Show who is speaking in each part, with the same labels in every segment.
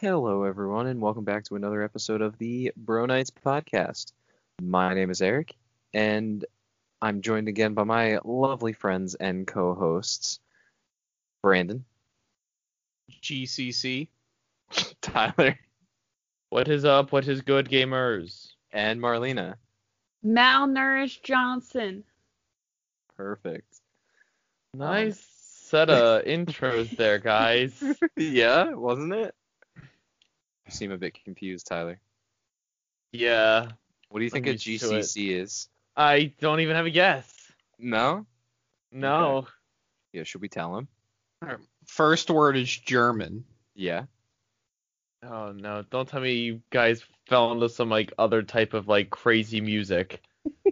Speaker 1: Hello, everyone, and welcome back to another episode of the Bro Nights podcast. My name is Eric, and I'm joined again by my lovely friends and co hosts, Brandon,
Speaker 2: GCC.
Speaker 1: Tyler,
Speaker 3: What is up? What is good, gamers?
Speaker 1: and Marlena.
Speaker 4: Malnourished Johnson.
Speaker 1: Perfect.
Speaker 3: Nice set of intros there, guys.
Speaker 1: Yeah, wasn't it? You seem a bit confused, Tyler.
Speaker 3: Yeah,
Speaker 1: What do you think a
Speaker 3: I'm used to it.
Speaker 1: GCC is?
Speaker 3: I don't even have a guess.
Speaker 1: No?
Speaker 3: No,
Speaker 1: Yeah, should we tell him?
Speaker 2: First word is German.
Speaker 1: Yeah.
Speaker 3: oh no, don't tell me you guys fell into some like other type of like crazy music.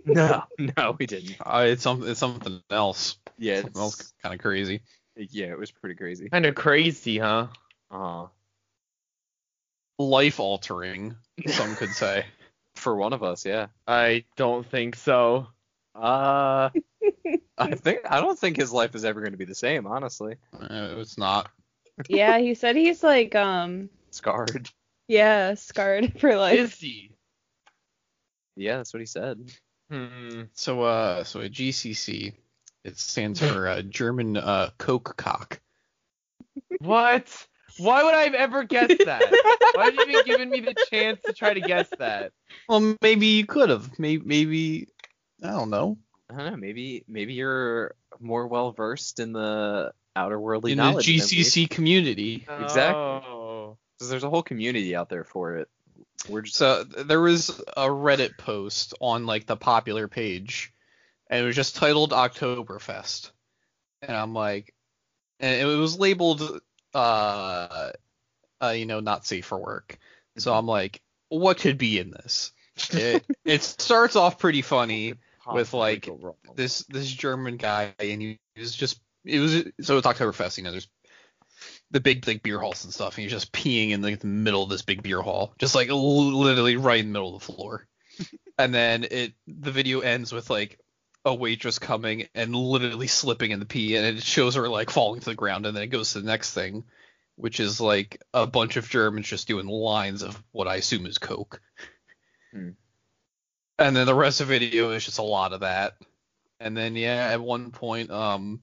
Speaker 1: No, no, we didn't.
Speaker 2: Uh, it's something. It's something else.
Speaker 1: Yeah,
Speaker 2: something else
Speaker 1: it's,
Speaker 2: kind of crazy.
Speaker 1: yeah, it was pretty crazy.
Speaker 3: Kind of crazy, huh? Uh-huh.
Speaker 1: Uh,
Speaker 2: Life altering. Some could say.
Speaker 1: for one of us, yeah.
Speaker 3: I don't think so.
Speaker 1: Uh, I think I don't think his life is ever going to be the same, honestly.
Speaker 2: Uh, it's not.
Speaker 4: Yeah, he said he's like um
Speaker 1: Scarred.
Speaker 4: yeah, scarred for life.
Speaker 3: Is he?
Speaker 1: Yeah, that's what he said.
Speaker 3: Hmm.
Speaker 2: So uh, so a GCC. It stands for uh, German uh, coke cock.
Speaker 3: What? Why would I have ever guessed that? Why have you even given me the chance to try to guess that?
Speaker 2: Well, maybe you could have. Maybe maybe I don't know.
Speaker 1: I don't know. Maybe maybe you're more well versed in the outer worldly
Speaker 2: In the
Speaker 1: knowledge. than we-
Speaker 2: GCC community.
Speaker 1: Exactly.
Speaker 3: Oh.
Speaker 1: 'cause there's a whole community out there for it. We're just
Speaker 2: So th- there was a Reddit post on like the popular page, and it was just titled Oktoberfest, and I'm like, and it was labeled, uh, uh, you know, not safe for work. So I'm like, what could be in this? It, it starts off pretty funny. With, like,
Speaker 3: Possibly go wrong.
Speaker 2: This this German guy, and he was just it was so it's Oktoberfest, you know, there's the big like beer halls and stuff, and he's just peeing in like the middle of this big beer hall, just like l- literally right in the middle of the floor. and then it the video ends with like a waitress coming and literally slipping in the pee, and it shows her like falling to the ground, and then it goes to the next thing, which is like a bunch of Germans just doing lines of what I assume is coke.
Speaker 1: Hmm.
Speaker 2: And then the rest of the video is just a lot of that. And then yeah, at one point, um,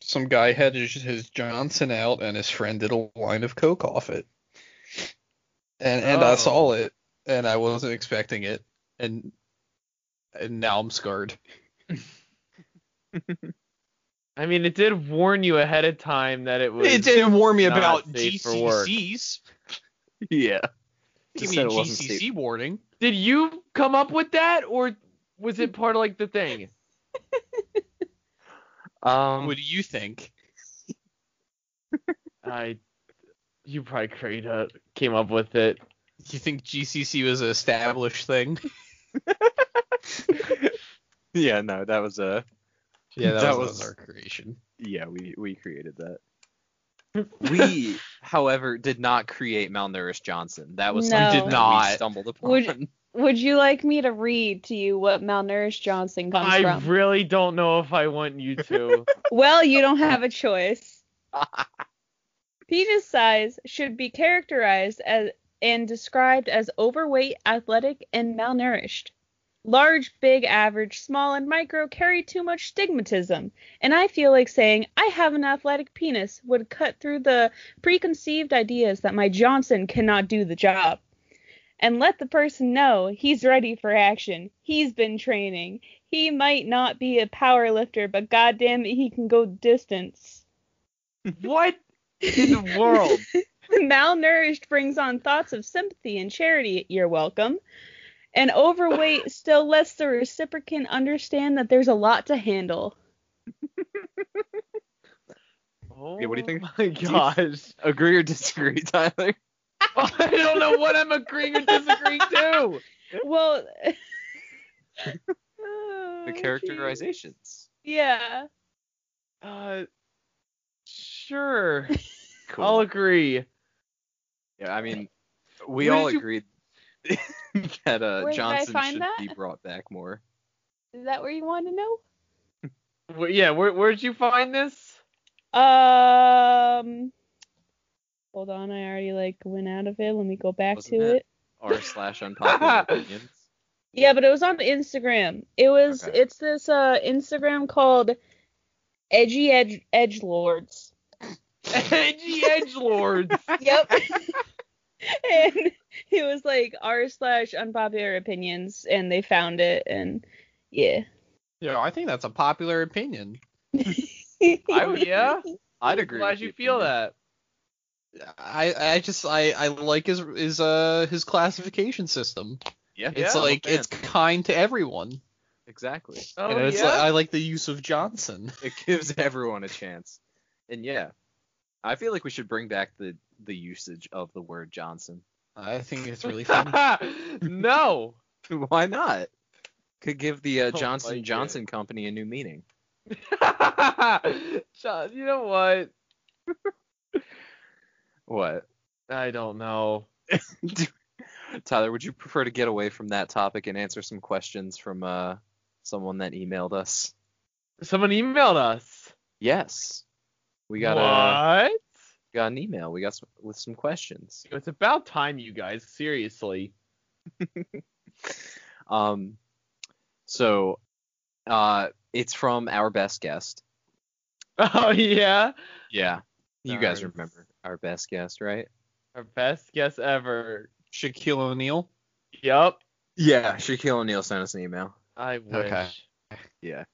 Speaker 2: some guy had his, his Johnson out, and his friend did a line of coke off it. And and I
Speaker 3: Oh.
Speaker 2: saw it, and I wasn't expecting it, and and now I'm scarred.
Speaker 3: I mean, it did warn you ahead of time that it was.
Speaker 2: It didn't warn me
Speaker 3: not
Speaker 2: about
Speaker 3: safe for work.
Speaker 2: GCCs.
Speaker 1: yeah.
Speaker 2: Give
Speaker 1: Just
Speaker 2: me
Speaker 1: said
Speaker 2: a
Speaker 1: it wasn't safe.
Speaker 2: GCC warning.
Speaker 3: Did you come up with that, or was it part of like the thing?
Speaker 1: Um.
Speaker 3: Um,
Speaker 2: What do you think?
Speaker 3: I, you probably created, uh, came up with it.
Speaker 2: You think GCC was an established thing?
Speaker 1: yeah. No, that was a.
Speaker 2: Yeah,
Speaker 1: that was-
Speaker 2: our creation.
Speaker 1: Yeah, we we created that. We, however, did not create malnourished Johnson. That was
Speaker 4: No.
Speaker 1: something
Speaker 4: We did
Speaker 1: that
Speaker 2: not.
Speaker 1: we stumbled upon.
Speaker 4: Would- Would you like me to read to you what malnourished Johnson comes
Speaker 3: I
Speaker 4: from?
Speaker 3: really don't know if I want you to.
Speaker 4: well, you don't have a choice. Penis size should be characterized as and described as overweight, athletic, and malnourished. Large, big, average, small, and micro carry too much stigmatism, and I feel like saying I have an athletic penis would cut through the preconceived ideas that my Johnson cannot do the job. And let the person know he's ready for action. He's been training. He might not be a power lifter, but goddamn it, he can go distance.
Speaker 3: what in the world?
Speaker 4: Malnourished brings on thoughts of sympathy and charity. You're welcome. And overweight still lets the reciprocant understand that there's a lot to handle.
Speaker 3: Oh,
Speaker 1: Yeah, what do you think?
Speaker 3: My gosh.
Speaker 1: Agree or disagree, Tyler?
Speaker 3: I don't know what I'm agreeing or disagreeing to.
Speaker 4: Well,
Speaker 1: The characterizations.
Speaker 4: Yeah.
Speaker 3: Uh, sure. I'll agree.
Speaker 1: Yeah, I mean, we
Speaker 3: Where
Speaker 1: all
Speaker 3: did you-
Speaker 1: agreed that uh,
Speaker 4: Where did I
Speaker 1: Johnson
Speaker 4: find
Speaker 1: should
Speaker 4: that?
Speaker 1: be brought back more.
Speaker 4: Is that where you want to know?
Speaker 3: Wh- Yeah, where, where'd you find this?
Speaker 4: Um, Hold on, I already like went out of it. Let me go back
Speaker 1: Wasn't
Speaker 4: to
Speaker 1: it?
Speaker 4: it.
Speaker 1: R slash unpopular opinions.
Speaker 4: Yeah, but it was on Instagram. It was
Speaker 1: Okay.
Speaker 4: it's this uh Instagram called Edgy Edge Edge Lords.
Speaker 3: Edgy edge lords.
Speaker 4: Yep. and it was like r slash unpopular opinions, and they found it, and yeah.
Speaker 2: Yeah, I think that's a popular opinion.
Speaker 3: I would, yeah.
Speaker 1: I'd agree.
Speaker 3: Glad
Speaker 1: with
Speaker 3: you feel
Speaker 1: opinion.
Speaker 3: that.
Speaker 2: I I just I I like his his uh his classification system.
Speaker 1: Yeah,
Speaker 2: It's
Speaker 1: yeah, I'm a
Speaker 2: like
Speaker 1: fan.
Speaker 2: it's kind to everyone.
Speaker 1: exactly.
Speaker 3: Oh
Speaker 2: and it's
Speaker 3: yeah.
Speaker 2: like I like the use of Johnson.
Speaker 1: It gives everyone a chance. And yeah, I feel like we should bring back the the usage of the word Johnson.
Speaker 2: I think it's really fun.
Speaker 3: no.
Speaker 1: Why not? Could give the
Speaker 2: Oh
Speaker 1: uh,
Speaker 3: don't
Speaker 1: Johnson
Speaker 3: like it.
Speaker 1: Johnson Company a new meaning.
Speaker 3: John, you know what?
Speaker 1: What?
Speaker 3: I don't know.
Speaker 1: Tyler, would you prefer to get away from that topic and answer some questions from uh, someone that emailed us?
Speaker 3: Someone emailed us.
Speaker 1: Yes. We got a
Speaker 3: what?
Speaker 1: got an email. We got s with some questions.
Speaker 3: It's about time, you guys. Seriously.
Speaker 1: Um, so uh, it's from our best guest.
Speaker 3: Oh yeah.
Speaker 1: Yeah. You guys
Speaker 3: Nice.
Speaker 1: remember our best guest, right?
Speaker 3: Our best guess ever.
Speaker 2: Shaquille O'Neal.
Speaker 3: Yep.
Speaker 1: Yeah, Shaquille O'Neal sent us an email.
Speaker 3: I wish.
Speaker 1: Yeah.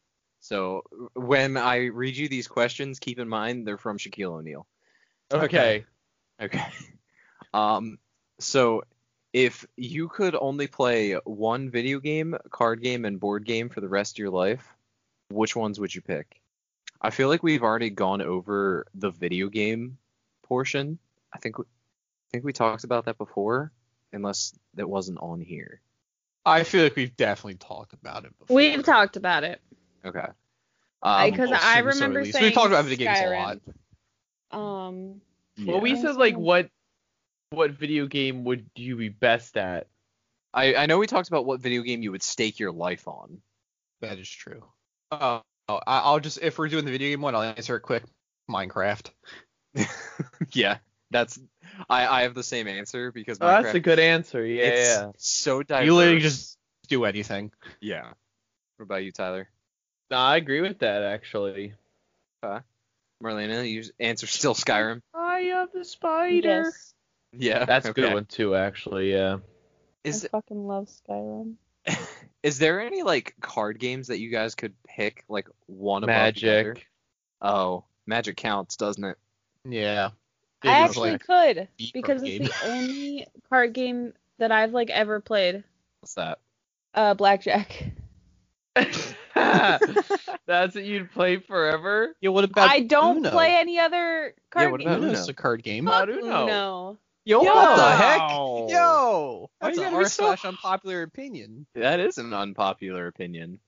Speaker 1: So when I read you these questions, keep in mind they're from Shaquille O'Neal.
Speaker 3: Okay.
Speaker 1: Okay. Um, so if you could only play one video game, card game, and board game for the rest of your life, which ones would you pick? I feel like we've already gone over the video game portion. I think we, I think we talked about that before, unless that wasn't on here.
Speaker 2: I feel like we've definitely talked about it before.
Speaker 4: We've talked about it.
Speaker 1: Okay. Um,
Speaker 4: I- 'cause
Speaker 2: most things, or at
Speaker 4: remember
Speaker 2: least.
Speaker 4: saying
Speaker 2: we've talked about video games a
Speaker 4: Skyrim.
Speaker 2: lot.
Speaker 4: Um,
Speaker 1: yeah.
Speaker 3: Well, we said like what what video game would you be best at?
Speaker 1: I, I know we talked about what video game you would stake your life on.
Speaker 2: That is true. Oh, oh, I- I'll just if we're doing the video game one, I'll answer it quick. Minecraft.
Speaker 1: yeah, that's I, I have the same answer because
Speaker 3: Oh,
Speaker 1: Minecraft
Speaker 3: that's a good answer. Yeah.
Speaker 1: it's
Speaker 3: yeah.
Speaker 1: so diverse.
Speaker 2: You literally just do anything.
Speaker 1: yeah. What about you, Tyler?
Speaker 3: Nah, I agree with that actually.
Speaker 1: Marlena, you answer still Skyrim.
Speaker 3: I am the spider.
Speaker 4: yes.
Speaker 1: Yeah,
Speaker 3: That's a
Speaker 1: okay.
Speaker 3: good one too, actually. Yeah.
Speaker 1: Is
Speaker 4: I fucking love Skyrim.
Speaker 1: is there any like card games that you guys could pick like one above the other?
Speaker 3: Magic.
Speaker 1: Oh, Magic counts, doesn't it?
Speaker 2: Yeah.
Speaker 4: I
Speaker 2: It is
Speaker 4: actually
Speaker 2: like
Speaker 4: could
Speaker 2: the card
Speaker 4: because it's
Speaker 2: game.
Speaker 4: the only card game that I've like ever played.
Speaker 1: What's that?
Speaker 4: Uh, blackjack.
Speaker 3: That's what you'd play forever.
Speaker 2: Yeah, what about
Speaker 4: I don't
Speaker 2: Uno?
Speaker 4: play any other card
Speaker 1: what about
Speaker 4: game.
Speaker 2: Uno's
Speaker 1: Uno.
Speaker 2: a card game.
Speaker 3: about
Speaker 4: Fuck
Speaker 3: Uno?
Speaker 4: Uno.
Speaker 2: Yo, what the heck?
Speaker 3: Wow.
Speaker 2: Yo,
Speaker 3: Why
Speaker 2: that's
Speaker 3: you
Speaker 2: an
Speaker 3: gotta be
Speaker 2: R
Speaker 3: so-
Speaker 2: slash unpopular opinion.
Speaker 1: That is an unpopular opinion.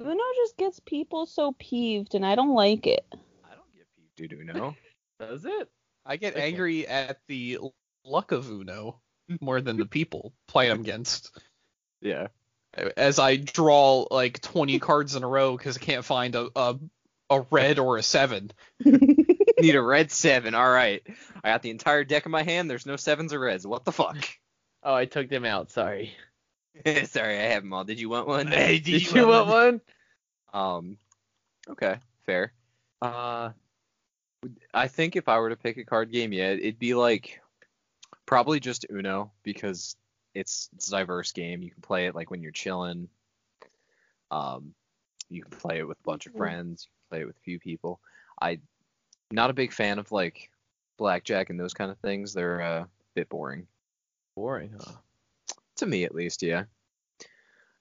Speaker 4: Uno just gets people so peeved, and I don't like it.
Speaker 1: I don't get peeved. Do you know?
Speaker 3: Does it?
Speaker 2: I get
Speaker 3: Okay.
Speaker 2: angry at the luck of Uno more than the people playing against.
Speaker 1: yeah.
Speaker 2: As I draw like 20 cards in a row because I can't find a, a a red or a seven.
Speaker 1: Need a red seven. All right. I got the entire deck in my hand. There's no sevens or reds. What the fuck?
Speaker 3: Oh, I took them out. Sorry.
Speaker 1: Sorry, I have them all. Did you want one?
Speaker 3: Did you want one?
Speaker 1: Um, okay, fair. Uh, I think if I were to pick a card game, yeah, it'd be like probably just Uno because it's it's a diverse game. You can play it like when you're chilling. Um, you can play it with a bunch of
Speaker 3: Mm.
Speaker 4: Mhm.
Speaker 1: friends. You can play it with a few people. I, not a big fan of like blackjack and those kind of things. They're uh, a bit boring
Speaker 3: Boring, huh?
Speaker 1: to me, at least. Yeah.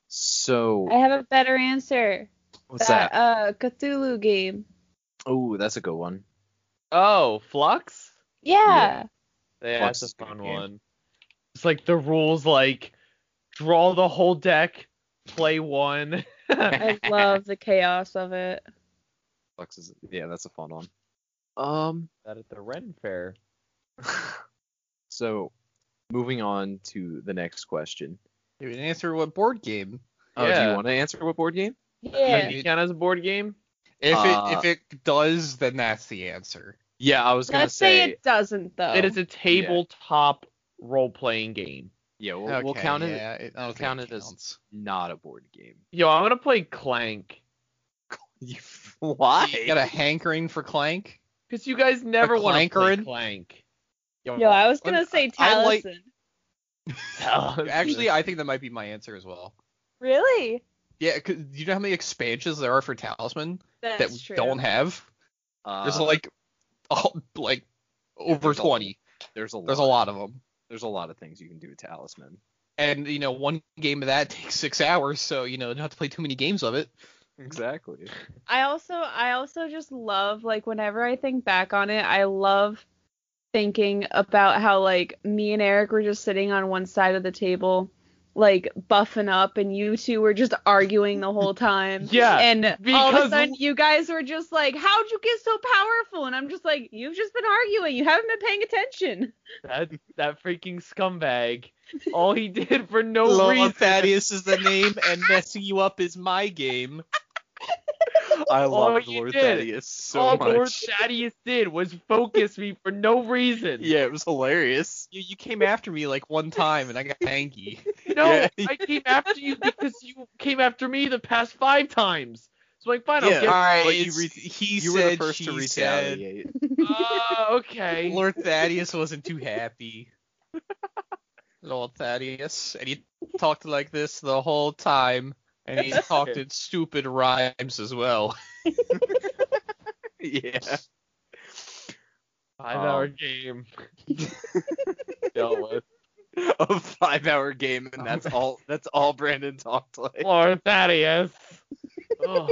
Speaker 1: So
Speaker 4: I have a better answer.
Speaker 1: what's
Speaker 4: that,
Speaker 1: that?
Speaker 4: uh Cthulhu game.
Speaker 1: Oh, that's a good one.
Speaker 3: Oh, Flux?
Speaker 4: Yeah.
Speaker 3: Yeah,
Speaker 1: Flux
Speaker 3: that's
Speaker 1: is
Speaker 3: a
Speaker 1: a good
Speaker 3: fun
Speaker 1: game.
Speaker 3: one. It's like the rules like draw the whole deck, play one.
Speaker 4: I love the chaos of it.
Speaker 1: Flux is yeah, that's a fun one. Um,
Speaker 3: that at the Ren Fair.
Speaker 1: so moving on to the next question.
Speaker 2: You can answer what board game.
Speaker 1: Oh, do
Speaker 3: Yeah.
Speaker 1: you want to answer what board game?
Speaker 4: Yeah.
Speaker 3: Does it count as a board game?
Speaker 2: If
Speaker 1: Uh,
Speaker 2: it if it does, then that's the answer.
Speaker 1: Yeah, I was gonna
Speaker 4: Let's say,
Speaker 1: say
Speaker 4: it doesn't though.
Speaker 3: It is a tabletop role playing game.
Speaker 1: Yeah, we'll, we'll count it.
Speaker 2: Yeah, it, I
Speaker 1: we'll
Speaker 2: don't think
Speaker 1: count
Speaker 2: it
Speaker 1: it as-
Speaker 2: counts.
Speaker 1: Not a board game.
Speaker 3: Yo, I'm gonna play Clank.
Speaker 1: You- Why?
Speaker 2: You got a hankering for Clank?
Speaker 3: Cause you guys never
Speaker 2: A
Speaker 3: want to play
Speaker 2: Clankerin?
Speaker 3: Clank.
Speaker 4: Yo, I was gonna
Speaker 2: Un-
Speaker 4: say
Speaker 2: I
Speaker 4: Taliesin.
Speaker 2: like-
Speaker 3: Tell us.
Speaker 2: Actually, I think that might be my answer as well.
Speaker 4: Really?
Speaker 2: Yeah, 'cause do you know how many expansions there are for Talisman
Speaker 4: That's
Speaker 2: that we
Speaker 4: true.
Speaker 2: don't have?
Speaker 1: Uh,
Speaker 2: There's like, oh, like over
Speaker 1: there's a-
Speaker 2: 20.
Speaker 1: there's a lot,
Speaker 2: There's a lot of them.
Speaker 1: There's a lot of things you can do with talisman.
Speaker 2: And you know, one game of that takes six hours, so you know, you don't have to play too many games of it.
Speaker 1: Exactly.
Speaker 4: I also I also just love like whenever I think back on it, I love thinking about how like me and Eric were just sitting on one side of the table, like buffing up, and you two were just arguing the whole time.
Speaker 3: Yeah,
Speaker 4: And all of a
Speaker 3: because-
Speaker 4: sudden, you guys were just like, "How'd you get so powerful?" And I'm just like, "You've just been arguing. You haven't been paying attention."
Speaker 3: that that freaking scumbag. All he did for no reason.
Speaker 2: Thaddeus is the name, and messing you up is my game.
Speaker 1: I
Speaker 3: Oh,
Speaker 1: love
Speaker 3: you
Speaker 1: Lord
Speaker 3: did.
Speaker 1: Thaddeus so
Speaker 3: all
Speaker 1: much.
Speaker 3: Lord Thaddeus did was focus me for no reason.
Speaker 1: yeah, it was hilarious.
Speaker 2: You, you came after me like one time, and I got hanky.
Speaker 3: No,
Speaker 1: Yeah.
Speaker 3: I came after you because you came after me the past five times. So like, fine,
Speaker 1: Yeah,
Speaker 3: I'll get.
Speaker 2: right,
Speaker 1: But you
Speaker 2: it's-
Speaker 1: re-
Speaker 2: he
Speaker 1: you were the first to retaliate.
Speaker 3: Ah, okay.
Speaker 2: Lord Thaddeus wasn't too happy. Lord Thaddeus, and he talked like this the whole time, and he talked in stupid rhymes as well.
Speaker 1: yeah.
Speaker 3: Five
Speaker 1: Um,
Speaker 3: hour game. Dealt with.
Speaker 1: A five-hour game, and that's all. That's all Brandon talked like.
Speaker 3: Lord Thaddeus. Oh. Ugh.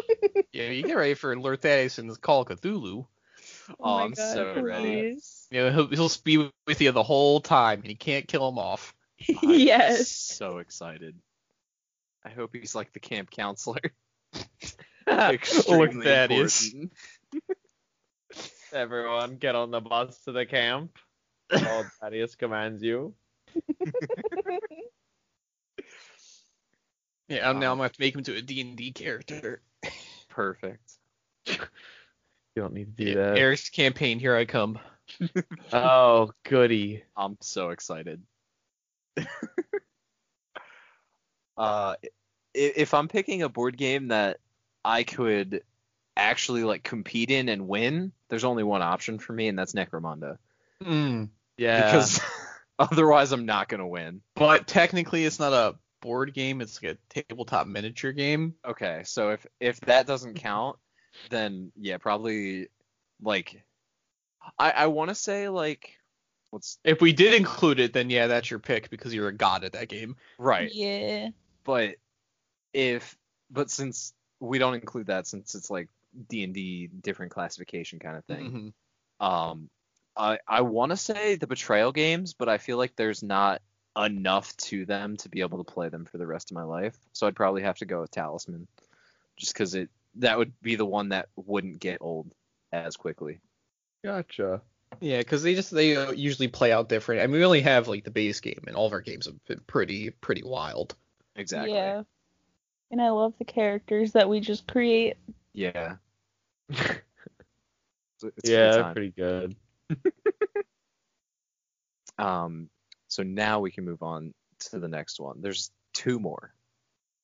Speaker 2: Yeah, you get ready for Lord Thaddeus in the Call of Cthulhu.
Speaker 1: Oh, I'm so ready.
Speaker 4: please.
Speaker 2: You know, he'll, he'll be with you the whole time, and you can't kill him off.
Speaker 1: I'm
Speaker 4: yes.
Speaker 1: So excited. I hope he's like the camp counselor.
Speaker 2: Lord Thaddeus.
Speaker 1: important.
Speaker 3: Everyone, get on the bus to the camp. Lord Thaddeus commands you.
Speaker 1: Wow.
Speaker 2: Yeah, now I'm gonna have to make him to a D&D character.
Speaker 1: Perfect.
Speaker 3: You don't need to do that.
Speaker 2: Eric's campaign, here I come.
Speaker 3: Oh, goody.
Speaker 1: I'm so excited. uh, i- if I'm picking a board game that I could actually like compete in and win, there's only one option for me, and that's Necromunda. Hmm.
Speaker 2: Mm.
Speaker 3: Yeah.
Speaker 1: Because otherwise, I'm not gonna win.
Speaker 2: But technically, it's not a board game; it's like a tabletop miniature game.
Speaker 1: Okay, so if if that doesn't count, then yeah, probably like I I want to say like what's
Speaker 2: If we did include it, then yeah, that's your pick because you're a god at that game.
Speaker 1: right,
Speaker 4: Yeah.
Speaker 1: but if but since we don't include that since it's like d&d different classification kind of thing
Speaker 3: Mm-hmm.
Speaker 2: Mhm.
Speaker 1: um i i want to say the betrayal games but i feel like there's not enough to them to be able to play them for the rest of my life so i'd probably have to go with talisman just because it that would be the one that wouldn't get old as quickly
Speaker 3: Gotcha.
Speaker 2: Yeah, because they just they uh, usually play out different. I mean, we only have like the base game, and all of our games have been pretty pretty wild.
Speaker 1: exactly
Speaker 4: Yeah. And I love the characters that we just create.
Speaker 1: yeah It's a- it's a good
Speaker 3: yeah,
Speaker 1: time.
Speaker 3: pretty good.
Speaker 1: um so now we can move on to the next one there's two more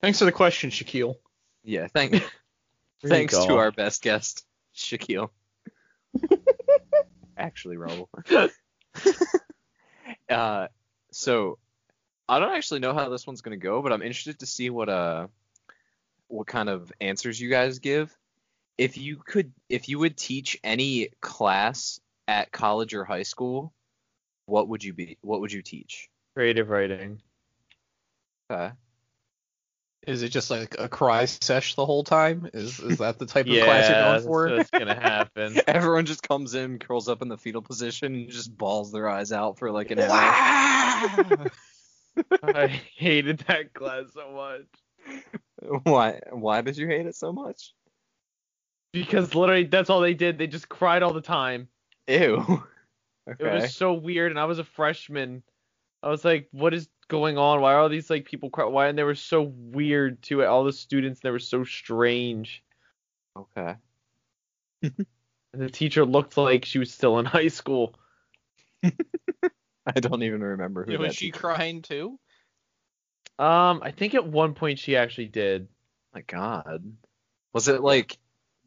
Speaker 2: Thanks for the question, Shaquille.
Speaker 1: Yeah, thank, thanks to our best guest, Shaquille. actually, Raul. uh, so I don't actually know how this one's gonna go, but I'm interested to see what uh what kind of answers you guys give. If you could, if you would teach any class at college or high school, what would you be? What would you teach? Uh,
Speaker 3: creative writing.
Speaker 1: Okay.
Speaker 2: Is it just like a cry sesh the whole time? Is is that the type of class you're going for?
Speaker 3: that's what's gonna happen.
Speaker 1: Everyone just comes in, curls up in the fetal position, and just balls their eyes out for like an hour.
Speaker 2: Wow.
Speaker 3: I hated that class so much
Speaker 1: Why? Why did you hate it so much?
Speaker 3: because literally that's all they did. They just cried all the time.
Speaker 1: Ew.
Speaker 3: It was so weird, and I was a freshman. I was like, what is going on? Why are all these like people cry? Why? And they were so weird too. All the students, they were so strange.
Speaker 1: Okay.
Speaker 3: And the teacher looked like she was still in high school.
Speaker 1: I don't even remember who
Speaker 2: was
Speaker 1: that
Speaker 2: she
Speaker 1: teacher-
Speaker 2: crying too?
Speaker 3: Um, I think at one point she actually did.
Speaker 1: my god. Was it like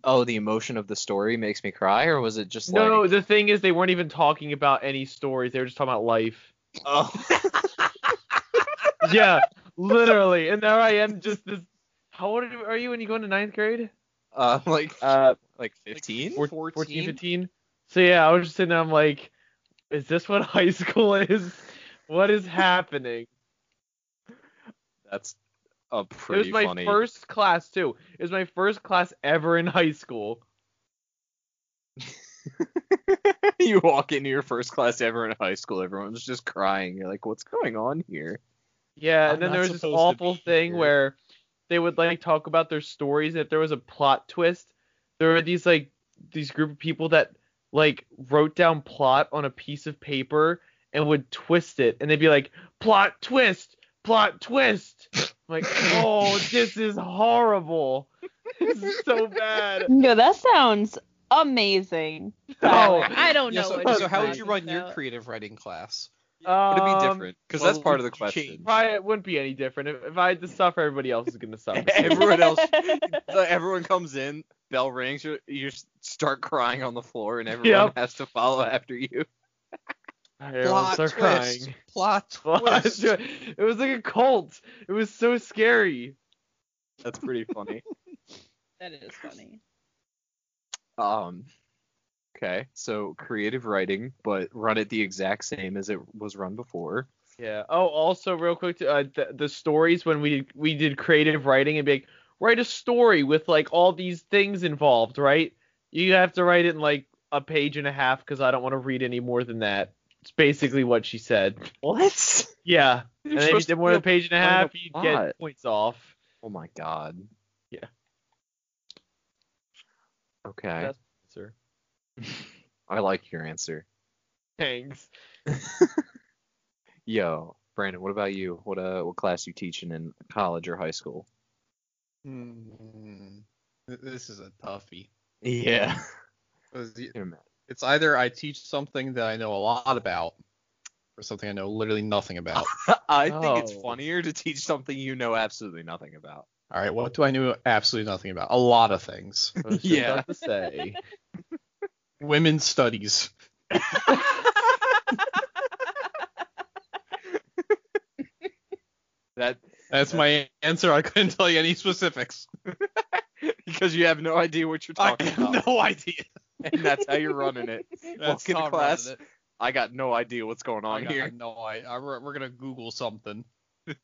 Speaker 1: oh the emotion of the story makes me cry or was it just
Speaker 3: No,
Speaker 1: like
Speaker 3: the thing is, they weren't even talking about any stories. They were just talking about life.
Speaker 1: oh
Speaker 3: uh, yeah, literally. And there I am, just this. How old are you- are you when you go into ninth grade?
Speaker 1: uh, like
Speaker 3: Uh,
Speaker 1: like 15?
Speaker 2: Four-
Speaker 3: 14,
Speaker 2: 14?
Speaker 3: 15. So yeah, I was just sitting there. I'm like, is this what high school is? What is happening?
Speaker 1: That's a
Speaker 3: It
Speaker 1: pretty
Speaker 3: was my
Speaker 1: funny.
Speaker 3: first class too. It was my first class ever in high school.
Speaker 1: you walk into your first class ever in high school, everyone's just crying. You're like, what's going on here?
Speaker 3: Yeah,
Speaker 2: I'm
Speaker 3: and then
Speaker 2: not
Speaker 3: there was this
Speaker 2: supposed to
Speaker 3: awful
Speaker 2: be
Speaker 3: thing
Speaker 2: here.
Speaker 3: where they would like talk about their stories. If there was a plot twist, there were these like these group of people that like wrote down plot on a piece of paper and would twist it, and they'd be like, "Plot twist, plot twist." I'm like, oh, this is horrible. This is so bad.
Speaker 4: No, that sounds amazing. Tyler.
Speaker 3: Oh,
Speaker 4: I don't
Speaker 2: Yeah,
Speaker 4: know.
Speaker 2: so,
Speaker 4: what
Speaker 2: so
Speaker 4: you're
Speaker 2: how would
Speaker 4: talking
Speaker 2: you run your
Speaker 4: about.
Speaker 2: creative writing class?
Speaker 1: Would it be
Speaker 3: Um,
Speaker 1: different? Because
Speaker 2: well,
Speaker 1: that's part of the
Speaker 2: would you
Speaker 1: question.
Speaker 2: change?
Speaker 3: Probably it wouldn't be any different. If, if I had to suffer, everybody else is gonna suffer.
Speaker 1: everyone else, so everyone comes in, bell rings, you you s- start crying on the floor, and everyone
Speaker 3: Yep.
Speaker 1: has to follow after you.
Speaker 3: Everyone start
Speaker 2: twist.
Speaker 3: crying.
Speaker 2: Plot
Speaker 3: Well,
Speaker 2: twist.
Speaker 3: it was like a cult. It was so scary.
Speaker 1: That's pretty funny.
Speaker 4: That is funny.
Speaker 1: um, okay, so creative writing, but run it the exact same as it was run before.
Speaker 3: Yeah. Oh, also real quick, uh, the, the stories when we did, we did creative writing and be like, write a story with like all these things involved, right? You have to write it in like a page and a half because I don't want to read any more than that. It's basically what she said.
Speaker 1: What?
Speaker 3: Yeah. and if you did more than a page and a
Speaker 1: line
Speaker 3: half,
Speaker 1: up
Speaker 3: you
Speaker 1: plot.
Speaker 3: get points off.
Speaker 1: Oh my god.
Speaker 3: Yeah.
Speaker 1: Okay.
Speaker 3: That's my answer.
Speaker 1: I like your answer.
Speaker 3: Thanks.
Speaker 1: Yo, Brandon, what about you? What uh what class you teaching in college or high school?
Speaker 2: Hmm. Th- This is a toughie.
Speaker 1: Yeah.
Speaker 2: 'Cause y- It's either I teach something that I know a lot about, or something I know literally nothing about.
Speaker 1: I think it's
Speaker 3: Oh.
Speaker 1: funnier to teach something you know absolutely nothing about.
Speaker 2: All right, what do I know absolutely nothing about? A lot of things.
Speaker 3: I was just
Speaker 1: Yeah.
Speaker 3: about to say.
Speaker 2: Women's studies.
Speaker 1: That
Speaker 2: That's my answer. I couldn't tell you any specifics.
Speaker 1: because you have no idea what you're
Speaker 2: I
Speaker 1: talking about.
Speaker 2: have no idea.
Speaker 1: And that's how you're running it.
Speaker 2: That's
Speaker 1: Welcome to
Speaker 2: how I'm
Speaker 1: class. Oh,
Speaker 2: running it.
Speaker 1: I got no idea what's going
Speaker 2: I
Speaker 1: on
Speaker 2: got
Speaker 1: here.
Speaker 2: no idea. I- We're, we're gonna Google something.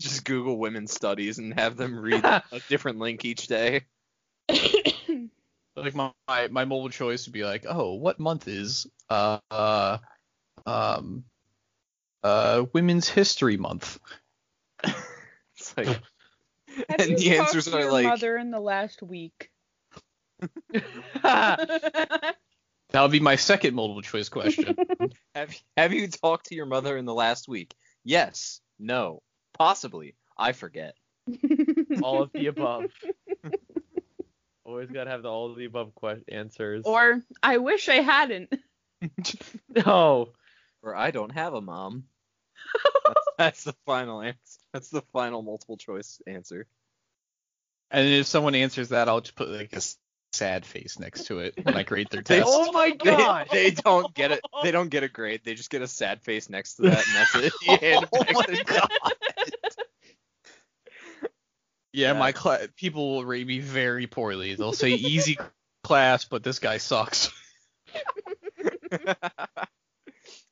Speaker 1: Just Google women's studies and have them read a different link each day.
Speaker 2: Like my my, my mobile choice would be like, oh, what month is uh, uh um uh Women's History Month?
Speaker 1: It's like
Speaker 4: Have
Speaker 1: And
Speaker 4: you
Speaker 1: the
Speaker 4: talked
Speaker 1: answers
Speaker 4: to
Speaker 1: are
Speaker 4: your
Speaker 1: like-
Speaker 4: mother in the last week.
Speaker 2: That would be my second multiple choice question.
Speaker 1: Have Have you talked to your mother in the last week? Yes. No. Possibly. I forget.
Speaker 3: all of the above. Always gotta have the all of the above que- answers.
Speaker 4: or I wish I hadn't.
Speaker 3: no.
Speaker 1: Or I don't have a mom. that's, that's the final answer. That's the final multiple choice answer.
Speaker 2: and if someone answers that, I'll just put like a s- sad face next to it when I grade their
Speaker 1: They
Speaker 2: test.
Speaker 1: all-
Speaker 3: Oh my
Speaker 1: They,
Speaker 3: god.
Speaker 1: they don't get it. They don't get a grade. They just get a sad face next to that, and that's it. Yeah,
Speaker 2: Oh
Speaker 1: next
Speaker 2: my
Speaker 1: to- Yeah.
Speaker 2: yeah, my cla people will rate me very poorly. They'll say easy class, but this guy sucks.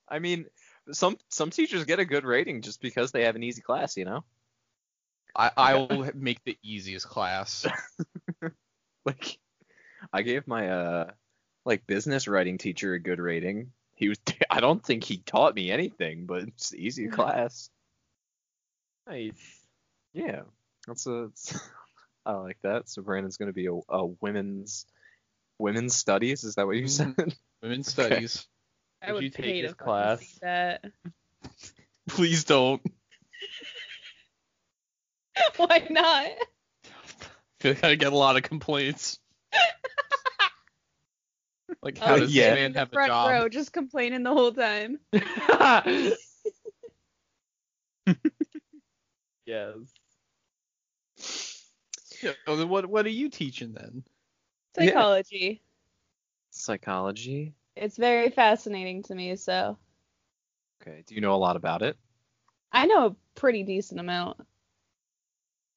Speaker 1: I mean, some some teachers get a good rating just because they have an easy class, you know.
Speaker 2: I, I will make the easiest class.
Speaker 1: like I gave my uh like business writing teacher a good rating. He was I don't think he taught me anything, but it's an easy
Speaker 2: Mm-hmm.
Speaker 1: class.
Speaker 3: Nice.
Speaker 1: Yeah. That's a I like that. So Brandon's going to be a, a women's women's studies, is that what you
Speaker 2: Mm-hmm.
Speaker 1: said?
Speaker 2: Women's studies.
Speaker 4: I
Speaker 3: Would
Speaker 4: would
Speaker 3: you take
Speaker 4: pay
Speaker 3: his
Speaker 4: to fucking
Speaker 3: class?
Speaker 4: see that.
Speaker 2: Please don't.
Speaker 4: Why not?
Speaker 2: I feel like I get a lot of complaints. Like,
Speaker 4: Oh,
Speaker 2: how does
Speaker 1: yeah.
Speaker 2: this man
Speaker 4: in the
Speaker 2: have a
Speaker 4: front
Speaker 2: job?
Speaker 4: row, just complaining the whole time.
Speaker 3: yes.
Speaker 2: Yeah, well, then what what are you teaching then?
Speaker 1: Yeah.
Speaker 4: Psychology.
Speaker 1: Psychology.
Speaker 4: It's very fascinating to me, so
Speaker 1: Okay. Do you know a lot about it?
Speaker 4: I know a pretty decent amount.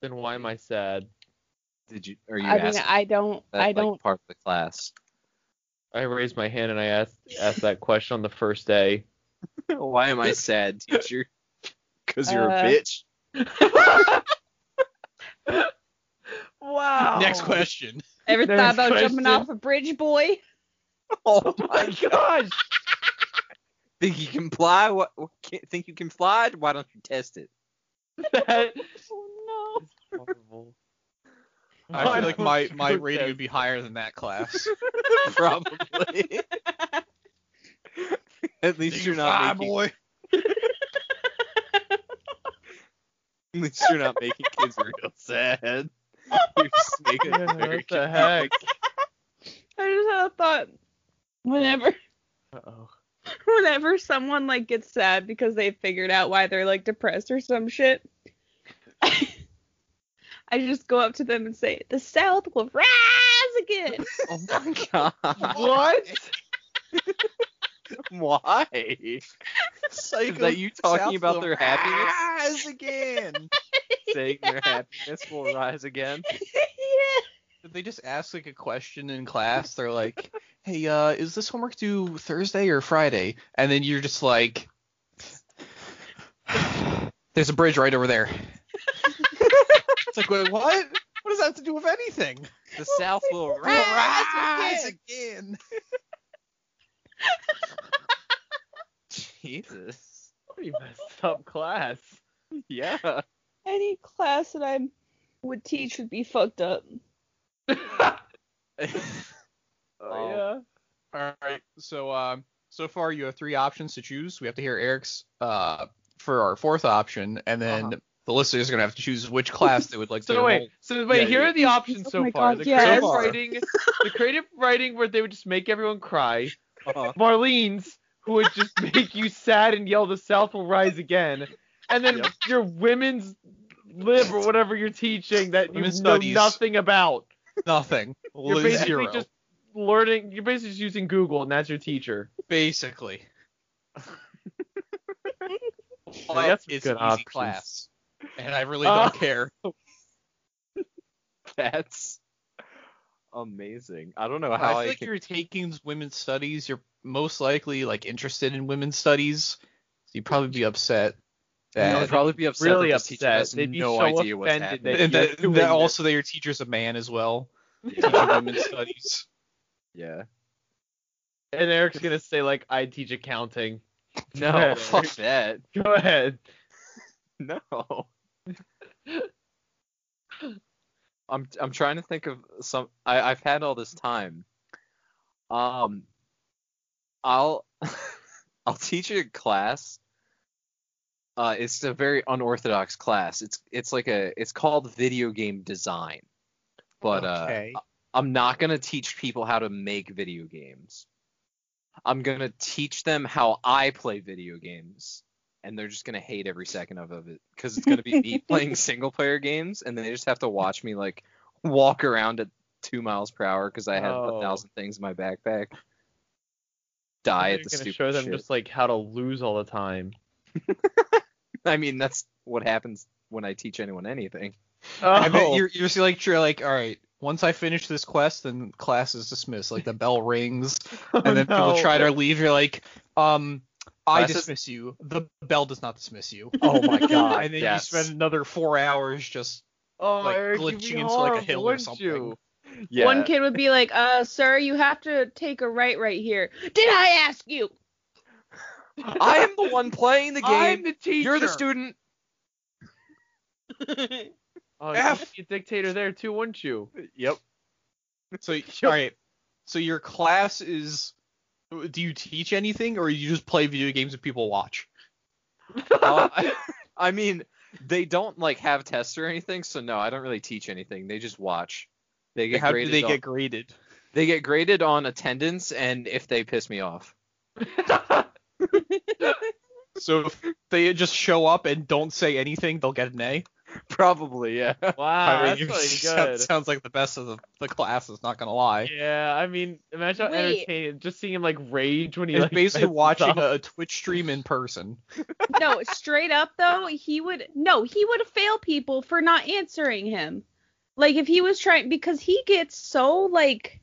Speaker 3: Then why am I sad?
Speaker 1: Did you? Are you
Speaker 4: I mean,
Speaker 1: asking
Speaker 4: I don't,
Speaker 1: that,
Speaker 4: I
Speaker 1: like,
Speaker 4: don't.
Speaker 1: part of the class?
Speaker 3: I raised my hand and I asked asked that question on the first day.
Speaker 1: Why am I sad, teacher? Because
Speaker 4: you're a Uh,
Speaker 1: bitch. Oh.
Speaker 3: Wow.
Speaker 2: Next question.
Speaker 4: Ever thought
Speaker 3: Next
Speaker 4: about jumping
Speaker 3: question.
Speaker 4: off a bridge, boy?
Speaker 1: Oh
Speaker 3: Oh my gosh.
Speaker 1: Think you can fly? What? what can't, think you can fly? Why don't you test it?
Speaker 3: That
Speaker 4: Oh
Speaker 3: is horrible.
Speaker 2: I feel like my, my
Speaker 3: Go
Speaker 2: rating
Speaker 3: test.
Speaker 2: would be higher than that class.
Speaker 1: Probably. At least you're
Speaker 2: Ah,
Speaker 1: not making.
Speaker 2: boy.
Speaker 1: At least you're not making kids real sad. You're just making
Speaker 3: Yeah,
Speaker 1: them
Speaker 3: what
Speaker 1: very
Speaker 3: the heck?
Speaker 4: no! I just had a thought. Whenever,
Speaker 3: Uh-oh.
Speaker 4: whenever someone like gets sad because they figured out why they're like depressed or some shit, I just go up to them and say, "The South will rise again."
Speaker 1: Oh my god.
Speaker 3: What?
Speaker 1: Why? Is that you talking about their happiness?
Speaker 2: Eyes again.
Speaker 1: Saying their happiness will rise again?
Speaker 4: yeah.
Speaker 2: Did they just ask like a question in class? They're like, "Hey, uh, is this homework due Thursday or Friday?" And then you're just like, "There's a bridge right over there." it's like, wait, what? What does that have to do with anything?
Speaker 1: The South will rise.
Speaker 2: Rise
Speaker 4: again.
Speaker 2: again.
Speaker 1: Jesus.
Speaker 3: Pretty messed up class.
Speaker 1: Yeah.
Speaker 4: Any class that I would teach would be fucked up.
Speaker 1: Oh.
Speaker 3: yeah.
Speaker 2: All right. So um, so far you have three options to choose. We have to hear Eric's uh for our fourth option, and then
Speaker 1: Uh-huh.
Speaker 2: the listeners are gonna have to choose which class they would like to.
Speaker 3: So wait,
Speaker 2: enroll.
Speaker 3: so wait,
Speaker 1: Yeah,
Speaker 3: here
Speaker 1: yeah.
Speaker 3: are the options
Speaker 4: Oh
Speaker 3: so
Speaker 4: my
Speaker 3: far.
Speaker 4: God,
Speaker 3: the
Speaker 4: yes.
Speaker 3: creative
Speaker 2: So far.
Speaker 3: writing the creative writing where they would just make everyone cry.
Speaker 1: Uh-huh.
Speaker 3: Marlene's who would just make you sad and yell the South will rise again. And then
Speaker 1: Yep.
Speaker 3: your women's lib or whatever you're teaching that you
Speaker 2: Women's
Speaker 3: know
Speaker 2: studies.
Speaker 3: nothing about.
Speaker 2: Nothing.
Speaker 3: You're
Speaker 2: Lose
Speaker 3: basically
Speaker 2: zero.
Speaker 3: just learning you're basically just using Google and that's your teacher.
Speaker 2: Basically.
Speaker 3: I got some
Speaker 2: it's
Speaker 3: good
Speaker 2: an easy
Speaker 3: options.
Speaker 2: class, and I really
Speaker 3: Uh,
Speaker 2: don't care.
Speaker 1: That's amazing. I don't know
Speaker 2: I
Speaker 1: how
Speaker 2: feel
Speaker 1: I,
Speaker 2: like
Speaker 1: can.
Speaker 2: you're taking women's studies. You're most likely like interested in women's studies, so you'd probably be upset that
Speaker 1: I'd probably be upset.
Speaker 3: really
Speaker 1: that this teacher
Speaker 3: upset.
Speaker 1: Has
Speaker 3: They'd be
Speaker 1: no
Speaker 3: so
Speaker 1: idea what's
Speaker 3: offended
Speaker 1: happening.
Speaker 3: that
Speaker 2: and
Speaker 3: you're
Speaker 2: that,
Speaker 3: doing
Speaker 2: that
Speaker 3: this.
Speaker 2: also that your teacher's a man as well. Teaching women's studies.
Speaker 1: Yeah.
Speaker 3: And Eric's gonna say like I teach accounting.
Speaker 1: No. Fuck that.
Speaker 3: Go ahead.
Speaker 1: No. I'm I'm trying to think of some I, I've had all this time. Um I'll I'll teach a class. Uh it's a very unorthodox class. It's it's like a it's called video game design. But uh
Speaker 2: okay.
Speaker 1: I'm not going to teach people how to make video games. I'm going to teach them how I play video games. And they're just going to hate every second of of it because it's going to be me playing single player games. And then they just have to watch me like walk around at two miles per hour because I have
Speaker 3: Oh.
Speaker 1: a thousand things in my backpack. Die
Speaker 3: You're
Speaker 1: at the
Speaker 3: gonna
Speaker 1: stupid
Speaker 3: show them
Speaker 1: shit.
Speaker 3: just like how to lose all the time.
Speaker 1: I mean, that's what happens when I teach anyone anything. Oh.
Speaker 2: I
Speaker 3: Oh,
Speaker 2: bet you're you're still like you're like all right. Once I finish this quest, then class is dismissed. Like the bell rings,
Speaker 1: Oh,
Speaker 2: and then people try to leave. You're like, um, I
Speaker 1: Class is-
Speaker 2: dismiss you. The bell does not dismiss you.
Speaker 1: Oh my god!
Speaker 2: and then
Speaker 1: yes.
Speaker 2: you spend another four hours just.
Speaker 3: oh,
Speaker 2: like,
Speaker 3: Eric, you'd be
Speaker 2: glitching into, like, a
Speaker 3: horrible,
Speaker 2: hill or
Speaker 3: wouldn't
Speaker 2: something.
Speaker 3: You?
Speaker 1: yeah.
Speaker 4: One kid would be like, "Uh, sir, you have to take a right right here." Did I ask you?
Speaker 1: I am the one playing the game.
Speaker 3: I'm the teacher.
Speaker 1: You're the student.
Speaker 3: Oh,
Speaker 1: F.
Speaker 3: you'd be a dictator there too, wouldn't you?
Speaker 1: Yep.
Speaker 2: So all right. So your class is. Do you teach anything, or you just play video games that people watch?
Speaker 3: Oh,
Speaker 1: Uh, I, I mean, they don't like have tests or anything, so no, I don't really teach anything. They just watch. They get
Speaker 2: How do
Speaker 1: graded.
Speaker 2: they
Speaker 1: on-
Speaker 2: get graded?
Speaker 1: They get graded on attendance and if they piss me off.
Speaker 2: So if they just show up and don't say anything, they'll get an A.
Speaker 1: Probably, yeah.
Speaker 3: wow, Ah, that's really
Speaker 2: sound-
Speaker 3: good.
Speaker 2: sounds like the best of the, the class. Is not gonna lie.
Speaker 3: Yeah, I mean, imagine how
Speaker 4: Wait.
Speaker 3: entertaining. Just seeing him like rage when he
Speaker 2: It's
Speaker 3: like
Speaker 2: basically
Speaker 3: messes
Speaker 2: watching
Speaker 3: up.
Speaker 2: a, a Twitch stream in person.
Speaker 4: no, straight up though, he would no, he would fail people for not answering him. Like if he was trying because he gets so like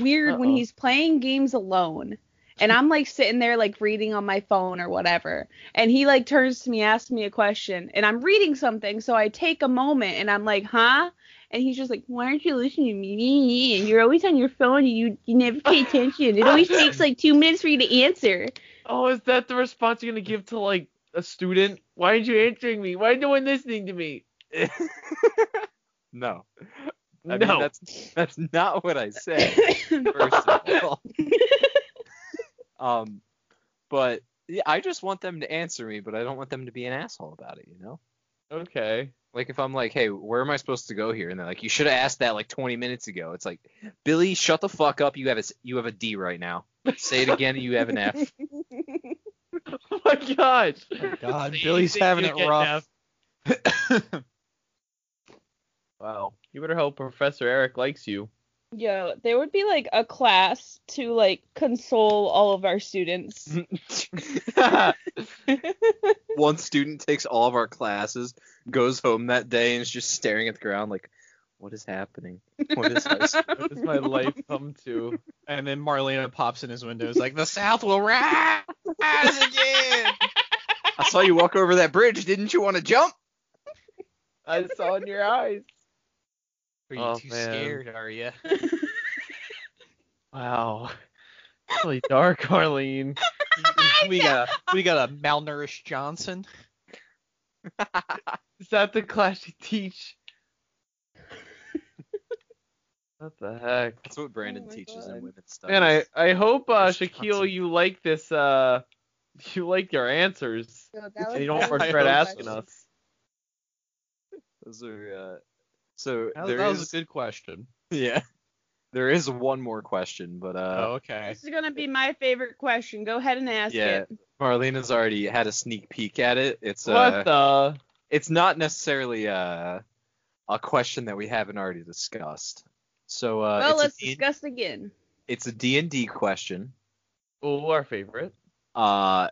Speaker 4: weird when
Speaker 3: Uh-oh.
Speaker 4: he's playing games alone. And I'm like sitting there like reading on my phone or whatever. And he like turns to me, asks me a question, and I'm reading something, so I take a moment and I'm like, huh? And he's just like, why aren't you listening to me? You're always on your phone. You you never pay attention. It always takes like two minutes for you to answer.
Speaker 3: Oh, is that the response you're gonna give to like a student? Why aren't you answering me? Why is no one listening to me?
Speaker 1: No. I
Speaker 3: no.
Speaker 1: mean, that's that's not what I said. first of all. um, but yeah, I just want them to answer me, but I don't want them to be an asshole about it, you know?
Speaker 3: Okay.
Speaker 1: Like if I'm like, hey, where am I supposed to go here? And they're like, you should have asked that like 20 minutes ago. It's like, Billy, shut the fuck up. You have a s- you have a D right now. Say it again. You have an F.
Speaker 3: Oh my gosh.
Speaker 2: God,
Speaker 3: See,
Speaker 2: Billy's
Speaker 3: you
Speaker 2: having it
Speaker 3: get
Speaker 2: rough. wow.
Speaker 3: You better hope Professor Eric likes you.
Speaker 4: Yo, there would be like a class to like console all of our students.
Speaker 1: One student takes all of our classes, goes home that day, and is just staring at the ground like, what is happening? What is high school?
Speaker 3: What does my life come to?
Speaker 2: And then Marlena pops in his window. Is like, the South will rise again.
Speaker 1: I saw you walk over that bridge. Didn't you want to jump?
Speaker 3: I saw in your eyes.
Speaker 2: Are you
Speaker 3: Oh,
Speaker 2: too
Speaker 3: man.
Speaker 2: scared? Are you?
Speaker 4: Mm-hmm.
Speaker 3: Wow. It's Really dark, Arlene.
Speaker 2: we got a, we got a malnourished Johnson.
Speaker 3: Is that the class you teach? What the heck?
Speaker 1: That's what Brandon
Speaker 2: Oh
Speaker 4: my
Speaker 1: teaches
Speaker 4: God.
Speaker 1: in women's studies.
Speaker 3: Man, I, I hope uh,
Speaker 1: That's
Speaker 3: Shaquille,
Speaker 1: awesome.
Speaker 3: you like this. Uh, you like your answers. And you don't
Speaker 2: was-
Speaker 3: regret
Speaker 2: I hope
Speaker 3: asking
Speaker 2: so.
Speaker 3: us.
Speaker 1: Those are, uh, so
Speaker 2: That,
Speaker 1: there
Speaker 2: that was
Speaker 1: is-
Speaker 2: a good question.
Speaker 1: yeah, there is one more question, but
Speaker 2: oh,
Speaker 1: uh,
Speaker 2: okay.
Speaker 4: This is gonna be my favorite question. Go ahead and ask
Speaker 1: yeah,
Speaker 4: it.
Speaker 1: Marlena's already had a sneak peek at it. It's uh,
Speaker 3: what the?
Speaker 1: it's not necessarily uh, a question that we haven't already discussed. So uh,
Speaker 4: well,
Speaker 1: it's,
Speaker 4: let's
Speaker 1: a D-
Speaker 4: discuss again.
Speaker 1: it's a D&D question.
Speaker 3: Oh, our favorite.
Speaker 1: Uh,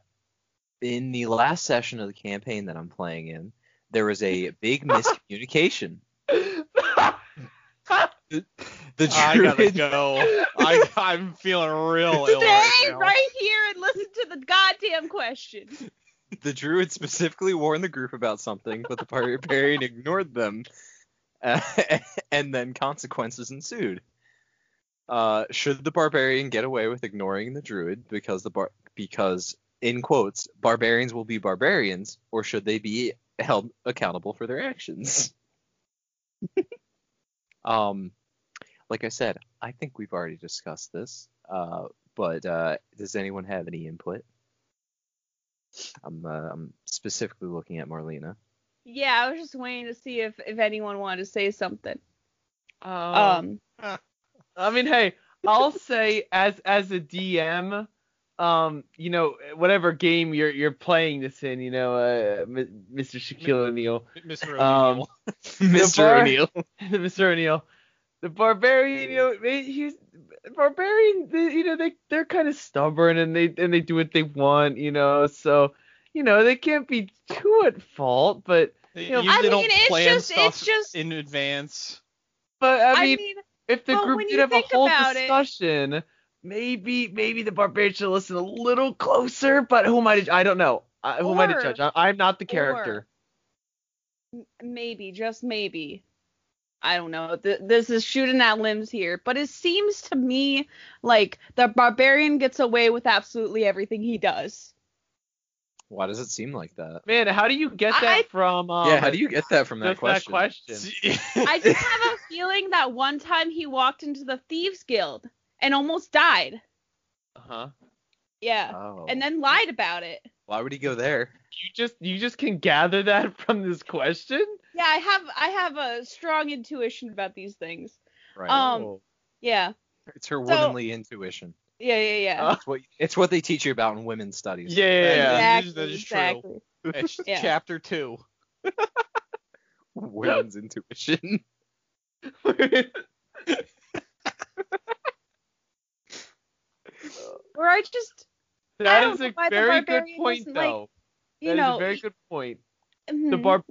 Speaker 1: in the last session of the campaign that I'm playing in, there was a big miscommunication. The
Speaker 2: I gotta
Speaker 1: druid
Speaker 2: go. I, I'm feeling real ill right
Speaker 4: Stay
Speaker 2: now.
Speaker 4: right here and listen to the goddamn question.
Speaker 1: the druid specifically warned the group about something, but the barbarian ignored them, uh, and then consequences ensued. Uh, should the barbarian get away with ignoring the druid because the bar- because in quotes barbarians will be barbarians, or should they be held accountable for their actions? um, like I said, I think we've already discussed this. Uh, but uh, does anyone have any input? I'm, uh, I'm specifically looking at Marlena.
Speaker 4: Yeah, I was just waiting to see if if anyone wanted to say something.
Speaker 3: Um,
Speaker 4: Um,
Speaker 3: I mean, hey, I'll say as as a DM, um, you know, whatever game you're you're playing this in, you know, uh, M- Mr. Shaquille O'Neal,
Speaker 2: Mr.
Speaker 3: Um,
Speaker 2: O'Neill.
Speaker 1: Mr.
Speaker 3: bar-
Speaker 1: O'Neill.
Speaker 3: Mr. O'Neal, the barbarian, you know, they- he's barbarian. They, you know, they they're kind of stubborn and they and they do what they want, you know, so. You know they can't be too at fault, but
Speaker 2: They
Speaker 3: you know,
Speaker 2: usually
Speaker 4: I mean,
Speaker 2: don't
Speaker 4: it's
Speaker 2: plan
Speaker 4: just-
Speaker 2: stuff
Speaker 4: it's just-
Speaker 2: in advance.
Speaker 3: but I mean,
Speaker 4: I mean,
Speaker 3: if the
Speaker 4: But
Speaker 3: group
Speaker 4: when
Speaker 3: did
Speaker 4: you
Speaker 3: have a
Speaker 4: think
Speaker 3: whole
Speaker 4: about it-
Speaker 3: discussion, maybe maybe the barbarian should listen a little closer. But who am I to? I don't know. I, who am I to
Speaker 4: Or-
Speaker 3: judge? I, I'm not the character.
Speaker 4: maybe, just maybe. I don't know. Th- this is shooting at limbs here, but it seems to me like the barbarian gets away with absolutely everything he does.
Speaker 1: Why does it seem like that?
Speaker 3: Man, how do you get
Speaker 4: I-
Speaker 3: that from? Um,
Speaker 1: yeah, how do you get that from Oh, that
Speaker 3: just
Speaker 1: question?
Speaker 4: I just have a feeling that one time he walked into the thieves guild and almost died.
Speaker 3: Uh huh.
Speaker 4: Yeah,
Speaker 1: Oh.
Speaker 4: and then lied about it.
Speaker 1: why would he go there?
Speaker 3: You just you just can gather that from this question.
Speaker 4: Yeah, I have I have a strong intuition about these things.
Speaker 1: Right.
Speaker 4: Um,
Speaker 3: Oh.
Speaker 4: Yeah.
Speaker 1: It's her
Speaker 4: So-
Speaker 1: womanly intuition.
Speaker 4: Yeah, yeah, yeah.
Speaker 1: It's what, it's what they teach you about in women's studies.
Speaker 2: Yeah,
Speaker 3: Oh,
Speaker 2: yeah,
Speaker 4: exactly,
Speaker 2: that is true.
Speaker 4: exactly.
Speaker 2: It's
Speaker 4: Yeah.
Speaker 2: Chapter two.
Speaker 1: Women's intuition.
Speaker 4: Where I just, I
Speaker 3: that
Speaker 4: don't
Speaker 3: is
Speaker 4: know
Speaker 3: a
Speaker 4: why the
Speaker 3: very good
Speaker 4: barbarian
Speaker 3: point,
Speaker 4: doesn't, like,
Speaker 3: though. That
Speaker 4: you
Speaker 2: That
Speaker 3: is
Speaker 4: know,
Speaker 3: a very good point. The
Speaker 4: mhm.
Speaker 3: bar,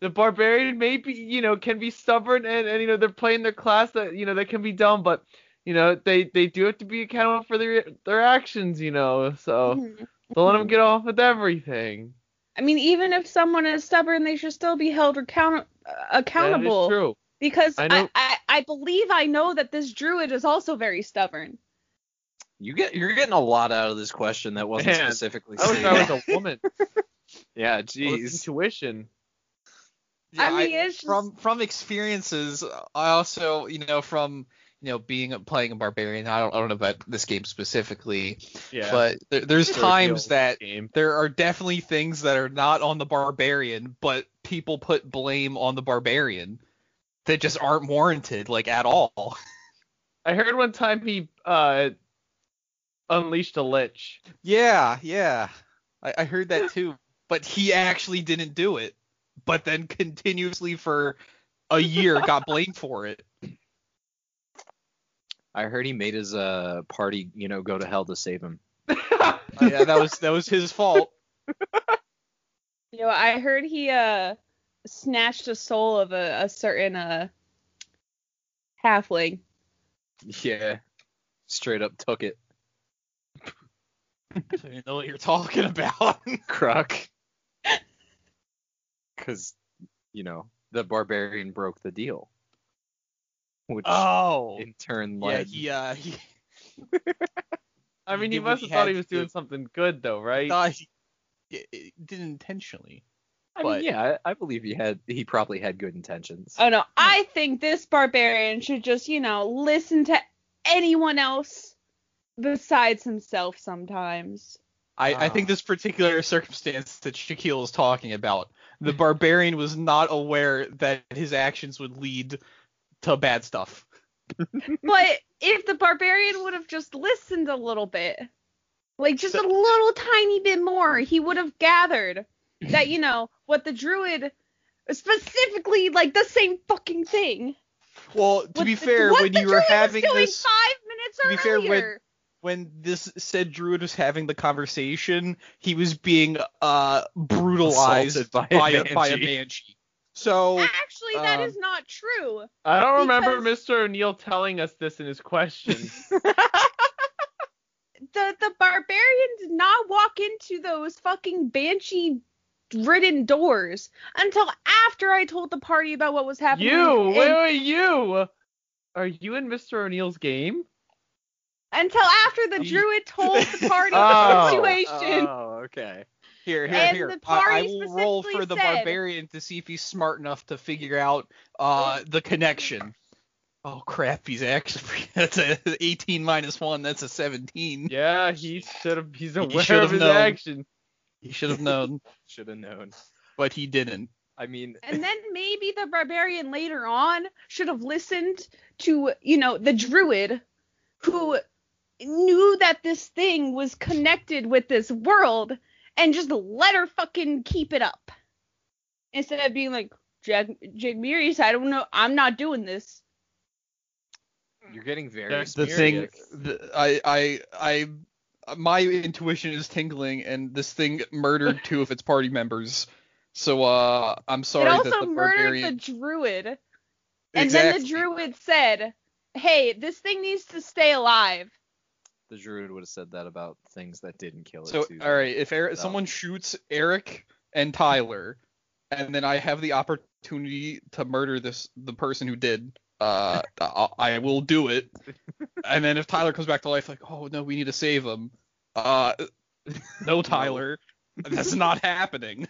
Speaker 3: the barbarian may be, you know, can be stubborn and, and you know they're playing their class that you know they can be dumb, but you know they they do have to be accountable for their their actions, you know. So
Speaker 4: Mhm.
Speaker 3: don't let them get off with everything.
Speaker 4: I mean, even if someone is stubborn, they should still be held account- uh,
Speaker 3: That
Speaker 4: accountable.
Speaker 3: is true.
Speaker 4: Because
Speaker 3: I
Speaker 4: I,
Speaker 3: know-
Speaker 4: I, I, believe I know that this druid is also very stubborn.
Speaker 1: You get you're getting a lot out of this question that wasn't
Speaker 3: Man,
Speaker 1: specifically
Speaker 3: I wish I
Speaker 1: stated.
Speaker 3: was a woman.
Speaker 1: Yeah,
Speaker 3: Well,
Speaker 1: jeez.
Speaker 3: it's Intuition.
Speaker 4: I mean, it's just-
Speaker 2: from from experiences. I also, you know, from you know being playing a barbarian. I don't, I don't know about this game specifically,
Speaker 3: Yeah.
Speaker 2: but there, there's
Speaker 3: Sure,
Speaker 2: times
Speaker 3: the
Speaker 2: that
Speaker 3: game.
Speaker 2: there are definitely things that are not on the barbarian, but people put blame on the barbarian that just aren't warranted, like at all.
Speaker 3: I heard one time he uh unleashed a lich.
Speaker 2: Yeah, yeah. I, I heard that too. But he actually didn't do it. But then continuously for a year got blamed for it.
Speaker 1: I heard he made his uh party, you know, go to hell to save him.
Speaker 2: Uh, yeah, that was that was his fault.
Speaker 4: You know, I heard he uh snatched a soul of a, a certain uh halfling.
Speaker 1: Yeah. Straight up took it.
Speaker 2: I don't know what you're talking about.
Speaker 1: Croc. Cause you know, the barbarian broke the deal. Which
Speaker 2: oh.
Speaker 1: in turn
Speaker 2: Yeah,
Speaker 1: led
Speaker 2: he uh he
Speaker 3: I mean,
Speaker 2: He
Speaker 3: he
Speaker 2: did what
Speaker 3: must
Speaker 2: he
Speaker 3: have thought
Speaker 2: had
Speaker 3: he was
Speaker 2: to do.
Speaker 3: doing something good though, right?
Speaker 2: thought he it- it did intentionally.
Speaker 1: I
Speaker 2: but-
Speaker 1: mean, yeah, I, I believe he had he probably had good intentions.
Speaker 4: Oh
Speaker 3: Hmm.
Speaker 4: no, I think this barbarian should just, you know, listen to anyone else besides himself sometimes.
Speaker 2: I, I think
Speaker 3: Ah.
Speaker 2: this particular circumstance that Shaquille is talking about, the barbarian was not aware that his actions would lead to bad stuff.
Speaker 4: but if the barbarian would have just listened a little bit, like just a little tiny bit more, he would have gathered that, you know, what the druid specifically like the same fucking thing.
Speaker 2: Well, to
Speaker 4: What
Speaker 2: be
Speaker 4: the-
Speaker 2: fair,
Speaker 4: what
Speaker 2: when
Speaker 4: the
Speaker 2: you were
Speaker 4: druid was
Speaker 2: having
Speaker 4: doing
Speaker 2: this,
Speaker 4: five minutes
Speaker 2: to be fair, when-
Speaker 4: earlier.
Speaker 2: when this said druid was having the conversation, he was being uh brutalized
Speaker 1: Assaulted by
Speaker 2: by,
Speaker 1: a
Speaker 2: a, by a
Speaker 1: banshee.
Speaker 2: banshee. So
Speaker 4: Actually, that
Speaker 2: um,
Speaker 4: is not true.
Speaker 3: I don't remember Mr. O'Neill telling us this in his question.
Speaker 4: The the barbarian did not walk into those fucking banshee ridden doors until after I told the party about what was happening.
Speaker 3: you, wait,
Speaker 4: in-
Speaker 3: wait, you. Are you in Mr. O'Neill's game?
Speaker 4: until after
Speaker 2: Um,
Speaker 4: the druid told the party
Speaker 3: Oh.
Speaker 4: the situation.
Speaker 1: Oh, okay.
Speaker 2: here, here,
Speaker 4: And
Speaker 2: here.
Speaker 4: the
Speaker 2: I, I
Speaker 4: party
Speaker 2: will roll for
Speaker 4: specifically
Speaker 2: the
Speaker 4: said-
Speaker 2: barbarian to see if he's smart enough to figure out uh the connection. Oh crap, he's actually that's a 18 minus one. That's a 17.
Speaker 3: Yeah, he should have. He's aware
Speaker 2: should
Speaker 3: of
Speaker 2: have
Speaker 3: his
Speaker 2: known.
Speaker 3: action.
Speaker 2: He should have known,
Speaker 1: Should have known.
Speaker 2: but he didn't.
Speaker 1: I mean,
Speaker 4: And then maybe the barbarian later on should have listened to, you know, the druid who knew that this thing was connected with this world and just let her fucking keep it up. Instead of being like, Jack Jagmirius, I don't know, I'm not doing this.
Speaker 1: you're getting very
Speaker 3: There's
Speaker 2: the thing
Speaker 1: spurious.
Speaker 2: the, I, I i my intuition is tingling and this thing murdered two of its party members so uh i'm sorry
Speaker 4: it also
Speaker 2: that the
Speaker 4: murdered
Speaker 2: barbarian
Speaker 4: the druid. And
Speaker 2: exactly.
Speaker 4: then the druid said, Hey, this thing needs to stay alive.
Speaker 1: The druid would have said that about things that didn't kill it.
Speaker 2: so
Speaker 1: too.
Speaker 2: all right if eric,
Speaker 1: So-
Speaker 2: someone shoots eric and tyler and then i have the opportunity to murder this the person who did uh i, I will do it and then if tyler comes back to life like oh no we need to save him uh no tyler that's not happening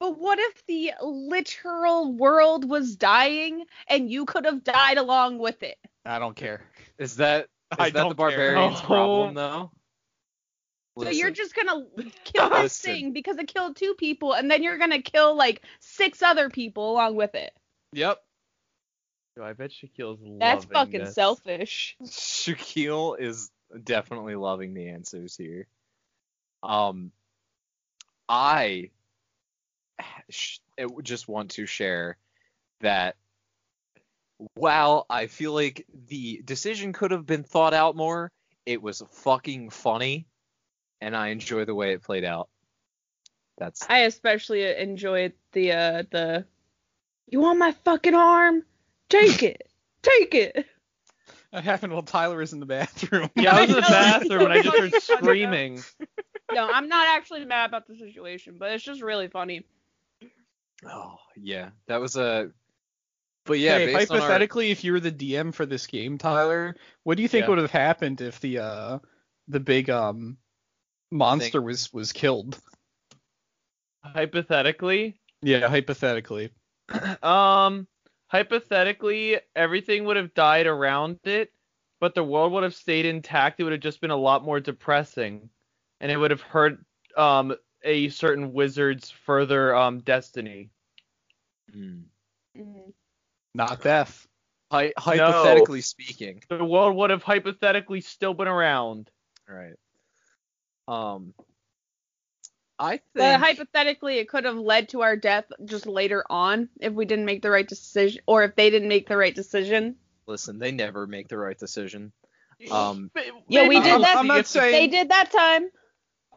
Speaker 4: But what if the literal world was dying and you could have died along with it?
Speaker 2: i don't care
Speaker 1: Is that is
Speaker 2: I
Speaker 1: that the
Speaker 2: don't care.
Speaker 1: barbarian's
Speaker 3: No.
Speaker 1: problem though?
Speaker 4: so you're
Speaker 1: Listen,
Speaker 4: just gonna kill this
Speaker 1: Listen.
Speaker 4: thing because it killed two people, and then you're gonna kill like six other people along with it.
Speaker 2: Yep.
Speaker 3: So I bet Shaquille's loving
Speaker 4: That's fucking
Speaker 3: this.
Speaker 4: selfish.
Speaker 1: Shaquille is definitely loving the answers here. Um, I sh- I would just want to share that while I feel like the decision could have been thought out more, it was fucking funny, and I enjoy the way it played out. That's
Speaker 4: I especially enjoyed the uh the You want my fucking arm? Take it. Take it.
Speaker 2: That happened while Tyler is in the bathroom.
Speaker 3: Yeah, I was in the
Speaker 4: I know, like-
Speaker 3: bathroom and I just heard screaming.
Speaker 4: No, I'm not actually mad about the situation, but it's just really funny.
Speaker 1: oh yeah, that was a. But yeah,
Speaker 2: Hey,
Speaker 1: based on our-
Speaker 2: hypothetically, if you were the DM for this game, Tyler, what do you think
Speaker 3: Yeah.
Speaker 2: would have happened if the uh the big um monster was was killed?
Speaker 3: Hypothetically,
Speaker 2: Yeah, hypothetically.
Speaker 3: um, hypothetically, everything would have died around it, but the world would have stayed intact. It would have just been a lot more depressing, and it would have hurt um a certain wizard's further um destiny.
Speaker 1: Hmm.
Speaker 4: Mhm.
Speaker 2: Not death.
Speaker 1: Hy- hypothetically speaking,
Speaker 3: The world would have hypothetically still been around.
Speaker 1: All right. Um, I think.
Speaker 4: But hypothetically, it could have led to our death just later on if we didn't make the right decision, or if they didn't make the right decision.
Speaker 1: listen, they never make the right decision. Um,
Speaker 3: But-
Speaker 4: Yeah, we
Speaker 3: maybe
Speaker 4: did
Speaker 3: we'll
Speaker 4: that-
Speaker 3: see
Speaker 2: I'm not
Speaker 3: if-
Speaker 2: saying
Speaker 4: They did that time.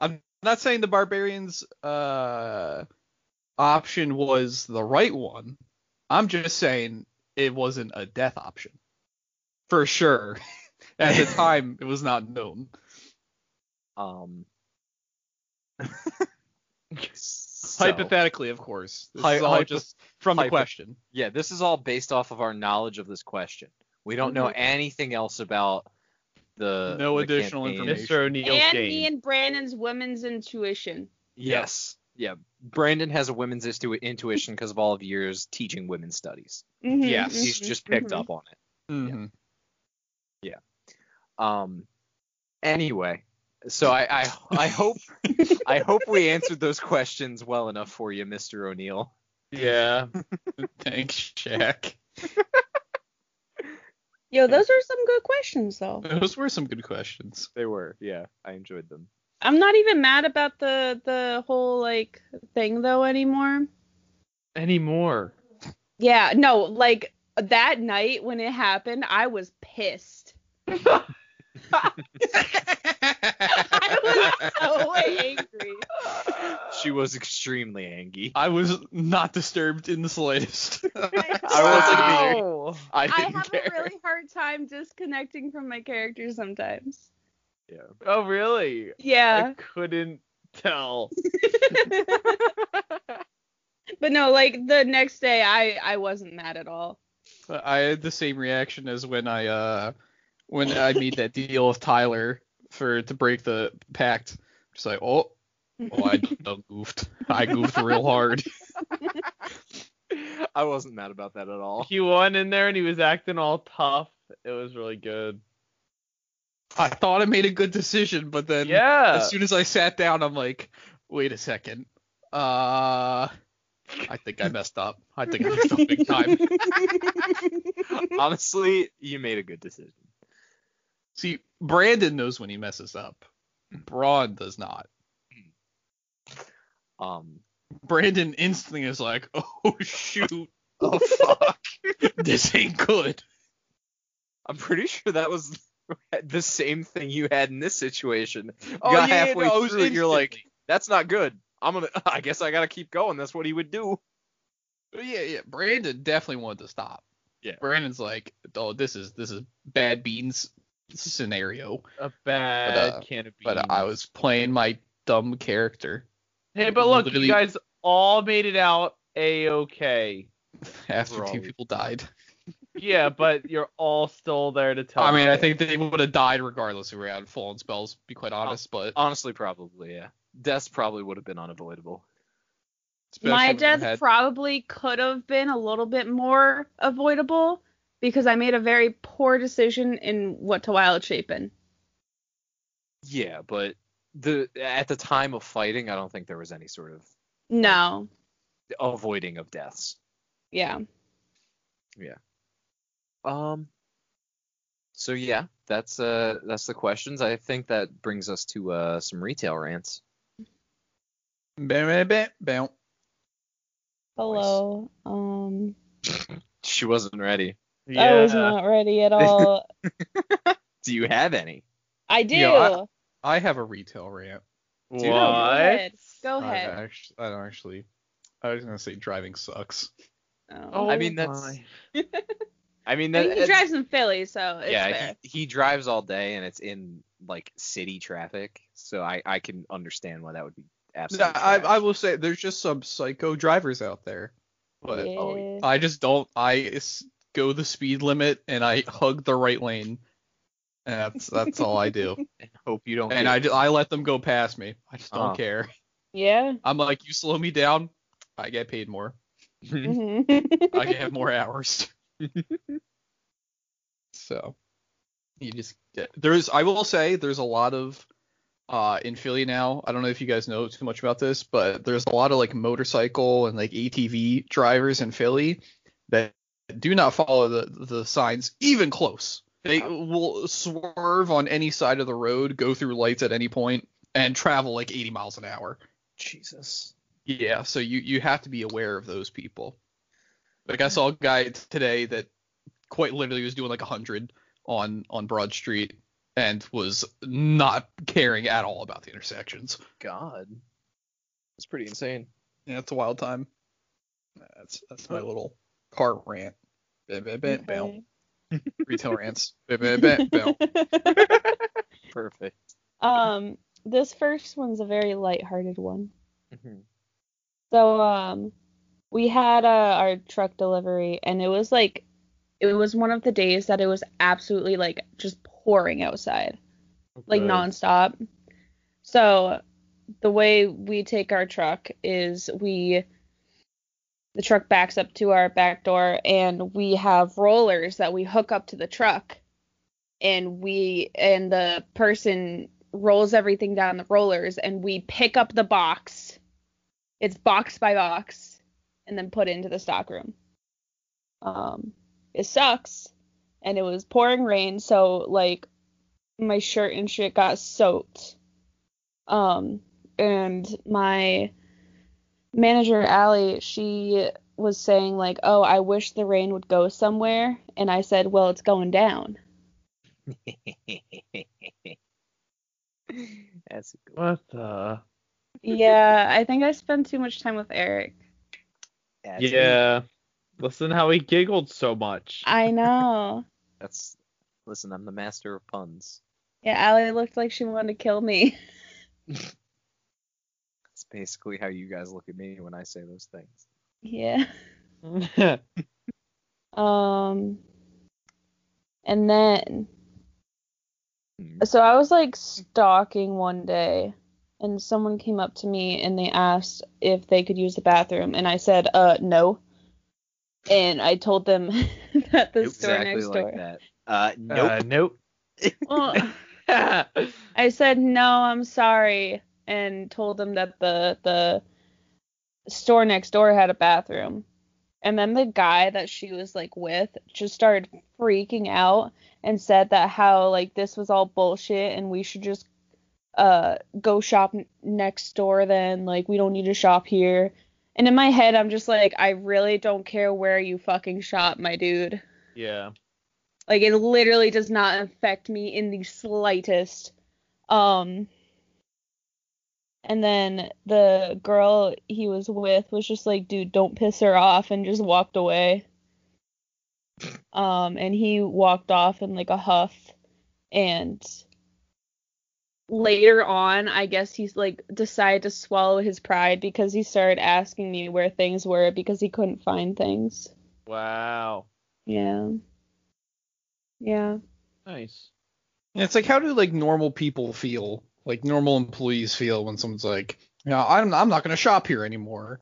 Speaker 2: I'm not saying the barbarians uh option was the right one. I'm just saying it wasn't a death option. For sure. At the time it was not known.
Speaker 1: um. so,
Speaker 2: Hypothetically, of course. This
Speaker 1: Hy-
Speaker 2: is all
Speaker 1: hypo-
Speaker 2: just from the
Speaker 1: hypo-
Speaker 2: question.
Speaker 1: yeah, this is all based off of our knowledge of this question. We don't know
Speaker 4: Mhm.
Speaker 1: anything else about the.
Speaker 2: Mm-hmm. No
Speaker 1: the
Speaker 2: additional
Speaker 1: campaign.
Speaker 2: information.
Speaker 3: Mr. O'Neill's
Speaker 4: and
Speaker 3: game.
Speaker 4: me and Brandon's women's intuition.
Speaker 1: Yes. Yeah. Brandon has a women's istu- intuition because of all of years teaching women's studies.
Speaker 4: Mhm,
Speaker 2: Yes.
Speaker 1: He's
Speaker 4: mhm,
Speaker 1: just picked
Speaker 4: mhm.
Speaker 1: up on it. Mm-hmm.
Speaker 2: Mhm.
Speaker 1: Um. Anyway, so I I, I hope I hope we answered those questions well enough for you, Mr. O'Neill.
Speaker 3: Yeah.
Speaker 2: Thanks, Shaq.
Speaker 4: Yo, those are some good questions though.
Speaker 2: Those were some good questions.
Speaker 1: They were, yeah. I enjoyed them.
Speaker 4: I'm not even mad about the the whole like thing though anymore.
Speaker 3: Anymore.
Speaker 4: Yeah, no, like that night when it happened, I was pissed. I was so angry.
Speaker 1: She was extremely angry.
Speaker 2: I was not disturbed in the slightest.
Speaker 1: I
Speaker 3: Oh.
Speaker 1: I
Speaker 4: I
Speaker 1: didn't
Speaker 4: have
Speaker 1: care.
Speaker 4: a really hard time disconnecting from my characters sometimes.
Speaker 3: Oh really? I
Speaker 4: Yeah.
Speaker 3: couldn't tell.
Speaker 4: but no, like the next day I I wasn't mad at all.
Speaker 2: I had the same reaction as when I uh when I made that deal with Tyler for to break the pact. Just like, oh, oh I done goofed. I goofed real hard.
Speaker 1: I wasn't mad about that at all.
Speaker 3: He won in there and he was acting all tough. It was really good.
Speaker 2: I thought I made a good decision, but then
Speaker 3: yeah.
Speaker 2: as soon as I sat down, I'm like, wait a second. Uh, I think I messed up. I think I messed up big time.
Speaker 1: Honestly, you made a good decision.
Speaker 2: See, Brandon knows when he messes up. Braun does not.
Speaker 1: Um
Speaker 2: Brandon instantly is like, oh shoot, oh fuck, this ain't good.
Speaker 1: I'm pretty sure that was the same thing you had in this situation. You
Speaker 2: Oh,
Speaker 1: got
Speaker 2: yeah,
Speaker 1: halfway
Speaker 2: no, it was
Speaker 1: through and you're like,
Speaker 2: instantly.
Speaker 1: that's not good. I'm gonna I guess I gotta keep going. That's what he would do.
Speaker 2: Yeah, yeah. Brandon definitely wanted to stop.
Speaker 1: Yeah.
Speaker 2: Brandon's like, oh, this is this is bad beans scenario.
Speaker 3: a bad
Speaker 2: But, uh,
Speaker 3: can of beans.
Speaker 2: But I was playing my dumb character
Speaker 3: Hey, but look,
Speaker 2: literally-
Speaker 3: you guys all made it out a okay.
Speaker 2: after
Speaker 1: We're
Speaker 2: two
Speaker 1: all-
Speaker 2: people died.
Speaker 3: Yeah, but you're all still there to tell.
Speaker 2: I mean,
Speaker 3: me.
Speaker 2: I think they would have died regardless if we had full on spells, to be quite
Speaker 4: Oh.
Speaker 2: honest, but
Speaker 1: Honestly, probably, yeah. Death probably would have been unavoidable.
Speaker 2: especially
Speaker 4: my
Speaker 2: when we
Speaker 4: death
Speaker 2: had-
Speaker 4: probably could have been a little bit more avoidable because I made a very poor decision in what to wild shape in.
Speaker 1: Yeah, but the at the time of fighting, I don't think there was any sort of
Speaker 4: No.
Speaker 1: avoiding of deaths.
Speaker 4: Yeah.
Speaker 1: Um. So yeah, that's uh that's the questions. I think that brings us to uh some retail rants.
Speaker 2: Bam, bam, bam, bam.
Speaker 4: Hello. Um,
Speaker 1: She wasn't ready.
Speaker 4: I was not ready at all.
Speaker 1: Do you have any?
Speaker 4: I do.
Speaker 2: Yeah, I have a retail rant.
Speaker 3: What?
Speaker 1: Dude,
Speaker 4: Go
Speaker 2: I
Speaker 4: ahead.
Speaker 2: actu- I don't actually. I was gonna say driving sucks.
Speaker 4: Oh.
Speaker 3: Oh
Speaker 1: I mean, that's-
Speaker 3: my.
Speaker 1: I mean,
Speaker 4: I
Speaker 1: that,
Speaker 4: mean, he
Speaker 1: it's-
Speaker 4: drives in Philly, so it's fair.
Speaker 1: yeah, he, he drives all day and it's in like city traffic, so I I can understand why that would be
Speaker 2: No,
Speaker 1: absolutely.
Speaker 2: I,
Speaker 1: trash.
Speaker 2: I will say there's just some psycho drivers out there, but
Speaker 4: yeah.
Speaker 1: oh,
Speaker 2: I just don't. I s- go the speed limit and I hug the right lane. And that's that's all I do.
Speaker 1: hope you don't.
Speaker 2: And
Speaker 1: get-
Speaker 2: I, ju- I let them go past me. I just don't
Speaker 4: Oh.
Speaker 1: Uh.
Speaker 2: care.
Speaker 4: yeah.
Speaker 2: I'm like, you slow me down, I get paid more.
Speaker 1: Mm-hmm.
Speaker 4: Mhm.
Speaker 2: I can have more hours. so you just get, there's I will say there's a lot of uh in Philly now. I don't know if you guys know too much about this, but there's a lot of like motorcycle and like ATV drivers in Philly that do not follow the the signs even close. They will swerve on any side of the road, go through lights at any point, and travel like 80 miles an hour.
Speaker 1: Jesus.
Speaker 2: Yeah, so you you have to be aware of those people. Like I saw a guy today that quite literally was doing like 100 on on Broad Street and was not caring at all about the intersections.
Speaker 1: God. That's pretty insane.
Speaker 2: Yeah, it's a wild time. That's that's my little car rant. Ba- ba- ba- bow. Retail rants. Ba- ba- ba- bow.
Speaker 4: Okay.
Speaker 1: Perfect.
Speaker 4: um, this first one's a very lighthearted one. So um we had uh, our truck delivery and it was like it was one of the days that it was absolutely like just pouring outside. Like nonstop. So the way we take our truck is we the truck backs up to our back door and we have rollers that we hook up to the truck and we and the person rolls everything down the rollers and we pick up the box it's box by box and then put into the stockroom. Um, it sucks, and it was pouring rain, so like my shirt and shit got soaked. Um, and my manager Allie, she was saying like, "Oh, I wish the rain would go somewhere," and I said, "Well, it's going down."
Speaker 1: That's a good
Speaker 3: What the?
Speaker 4: yeah, I think I spend too much time with Eric.
Speaker 1: that's a-
Speaker 3: Yeah. Listen how he giggled so much.
Speaker 4: I know.
Speaker 1: That's listen, I'm the master of puns.
Speaker 4: yeah, Allie looked like she wanted to kill me.
Speaker 1: That's basically how you guys look at me when I say those things.
Speaker 4: yeah.
Speaker 3: yeah.
Speaker 4: Um, and then,
Speaker 1: Hmm.
Speaker 4: so I was like stalking one day, and someone came up to me and they asked if they could use the bathroom, and I said, uh, no. And I told them that the store
Speaker 1: exactly
Speaker 4: next
Speaker 1: like
Speaker 4: door.
Speaker 1: that. Uh, nope.
Speaker 3: Uh, nope.
Speaker 4: Well, I said no, I'm sorry, and told them that the the store next door had a bathroom. And then the guy that she was like with just started freaking out and said that how like this was all bullshit and we should just uh go shop n- next door then like we don't need to shop here. And in my head I'm just like I really don't care where you fucking shop, my dude.
Speaker 3: yeah.
Speaker 4: Like it literally does not affect me in the slightest. Um and then the girl he was with was just like, dude, don't piss her off and just walked away. Um and he walked off in like a huff and later on I guess he's like decided to swallow his pride because he started asking me where things were because he couldn't find things.
Speaker 3: Wow.
Speaker 4: Yeah. Yeah.
Speaker 3: Nice.
Speaker 2: And it's like how do like normal people feel? Like normal employees feel when someone's like, "No, I'm I'm not gonna shop here anymore."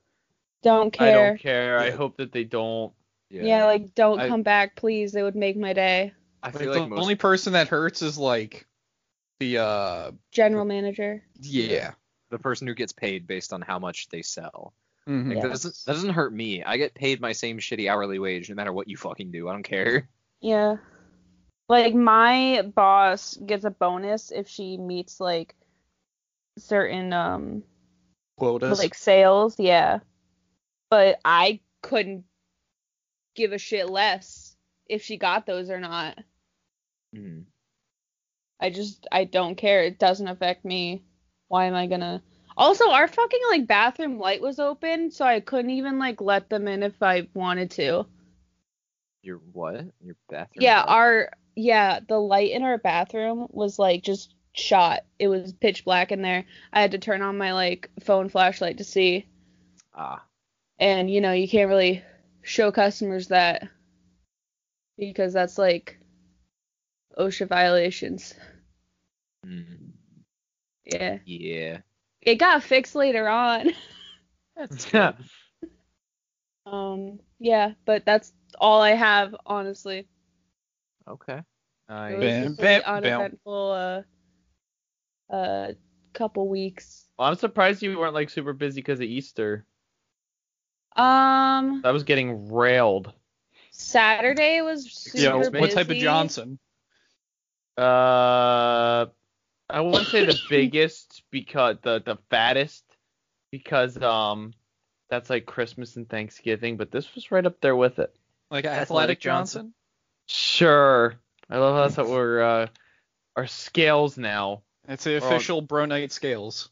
Speaker 4: Don't
Speaker 3: I
Speaker 4: care.
Speaker 3: don't care. I
Speaker 2: Yeah.
Speaker 3: hope that they don't.
Speaker 4: yeah. like don't
Speaker 2: I-
Speaker 4: come back, please. It would make my day.
Speaker 1: I
Speaker 2: Like,
Speaker 1: feel
Speaker 2: the
Speaker 1: like most
Speaker 2: only person that hurts is like the uh
Speaker 4: General manager.
Speaker 2: yeah.
Speaker 1: the person who gets paid based on how much they sell. Like
Speaker 4: Yeah.
Speaker 2: Mm-hmm.
Speaker 1: that, doesn't, that doesn't hurt me. I get paid my same shitty hourly wage no matter what you fucking do. I don't care.
Speaker 4: Yeah. Like my boss gets a bonus if she meets like certain um
Speaker 2: Quotas.
Speaker 4: like sales, yeah. But I couldn't give a shit less if she got those or not.
Speaker 1: Mhm.
Speaker 4: I just I don't care. It doesn't affect me. Why am I gonna? Also, our fucking like bathroom light was open, so I couldn't even like let them in if I wanted to.
Speaker 1: Your what? Your bathroom?
Speaker 4: Yeah,
Speaker 1: light?
Speaker 4: our yeah, the light in our bathroom was like just shot. It was pitch black in there. I had to turn on my like phone flashlight to see.
Speaker 1: ah,
Speaker 4: And you know, you can't really show customers that because that's like OSHA violations.
Speaker 1: mm,
Speaker 4: Yeah.
Speaker 1: yeah.
Speaker 4: It got fixed later on.
Speaker 3: Yeah.
Speaker 4: Um, yeah, but that's all I have, honestly.
Speaker 1: Okay.
Speaker 4: It
Speaker 1: I
Speaker 4: was
Speaker 2: Bam,
Speaker 4: just really
Speaker 2: bam, bam.
Speaker 4: uneventful uh, uh, couple weeks.
Speaker 3: Well, I'm surprised you weren't like super busy because of Easter.
Speaker 4: Um,
Speaker 3: I was getting railed.
Speaker 4: Saturday was super
Speaker 2: yeah, what
Speaker 4: busy.
Speaker 2: type of Johnson?
Speaker 3: Uh, I wouldn't say the biggest because the the fattest because um that's like Christmas and Thanksgiving, but this was right up there with it.
Speaker 2: Like athletic,
Speaker 1: Athletic
Speaker 2: Johnson?
Speaker 3: Sure. I love how that's what we're uh our scales now
Speaker 2: It's the
Speaker 3: Or-
Speaker 2: official Bro Knight scales.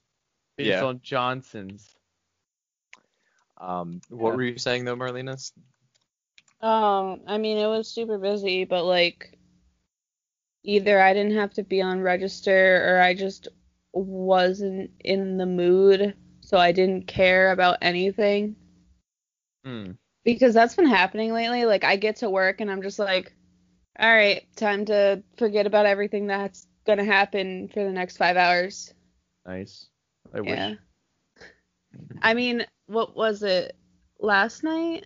Speaker 3: based
Speaker 1: Yeah.
Speaker 3: on Johnson's.
Speaker 1: Um, what
Speaker 2: Yeah.
Speaker 1: were you saying though, Marlena? S-
Speaker 4: Um, I mean, it was super busy, but like, either I didn't have to be on register or I just wasn't in the mood, so I didn't care about anything.
Speaker 3: Hmm.
Speaker 4: because that's been happening lately. Like I get to work and I'm just like, all right, time to forget about everything that's gonna happen for the next five hours.
Speaker 3: Nice. I
Speaker 4: yeah.
Speaker 3: wish.
Speaker 4: I mean, what was it last night?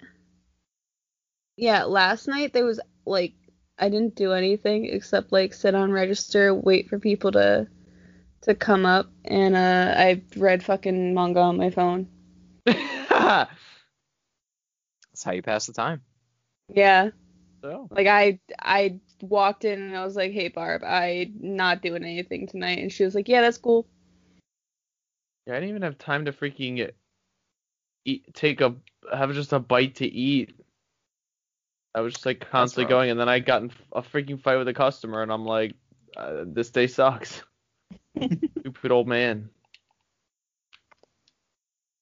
Speaker 4: Yeah, last night there was like I didn't do anything except like sit on register, wait for people to to come up, and uh, I read fucking manga on my phone.
Speaker 1: That's how you pass the time.
Speaker 4: Yeah.
Speaker 3: so
Speaker 4: Like I I walked in and I was like, "Hey Barb, I not doing anything tonight." And she was like, "Yeah, that's cool."
Speaker 3: yeah, I didn't even have time to freaking eat, take a have just a bite to eat. I was just like constantly
Speaker 1: rough.
Speaker 3: going, and then I got in a freaking fight with a customer, and I'm like, uh, this day sucks. Stupid old man.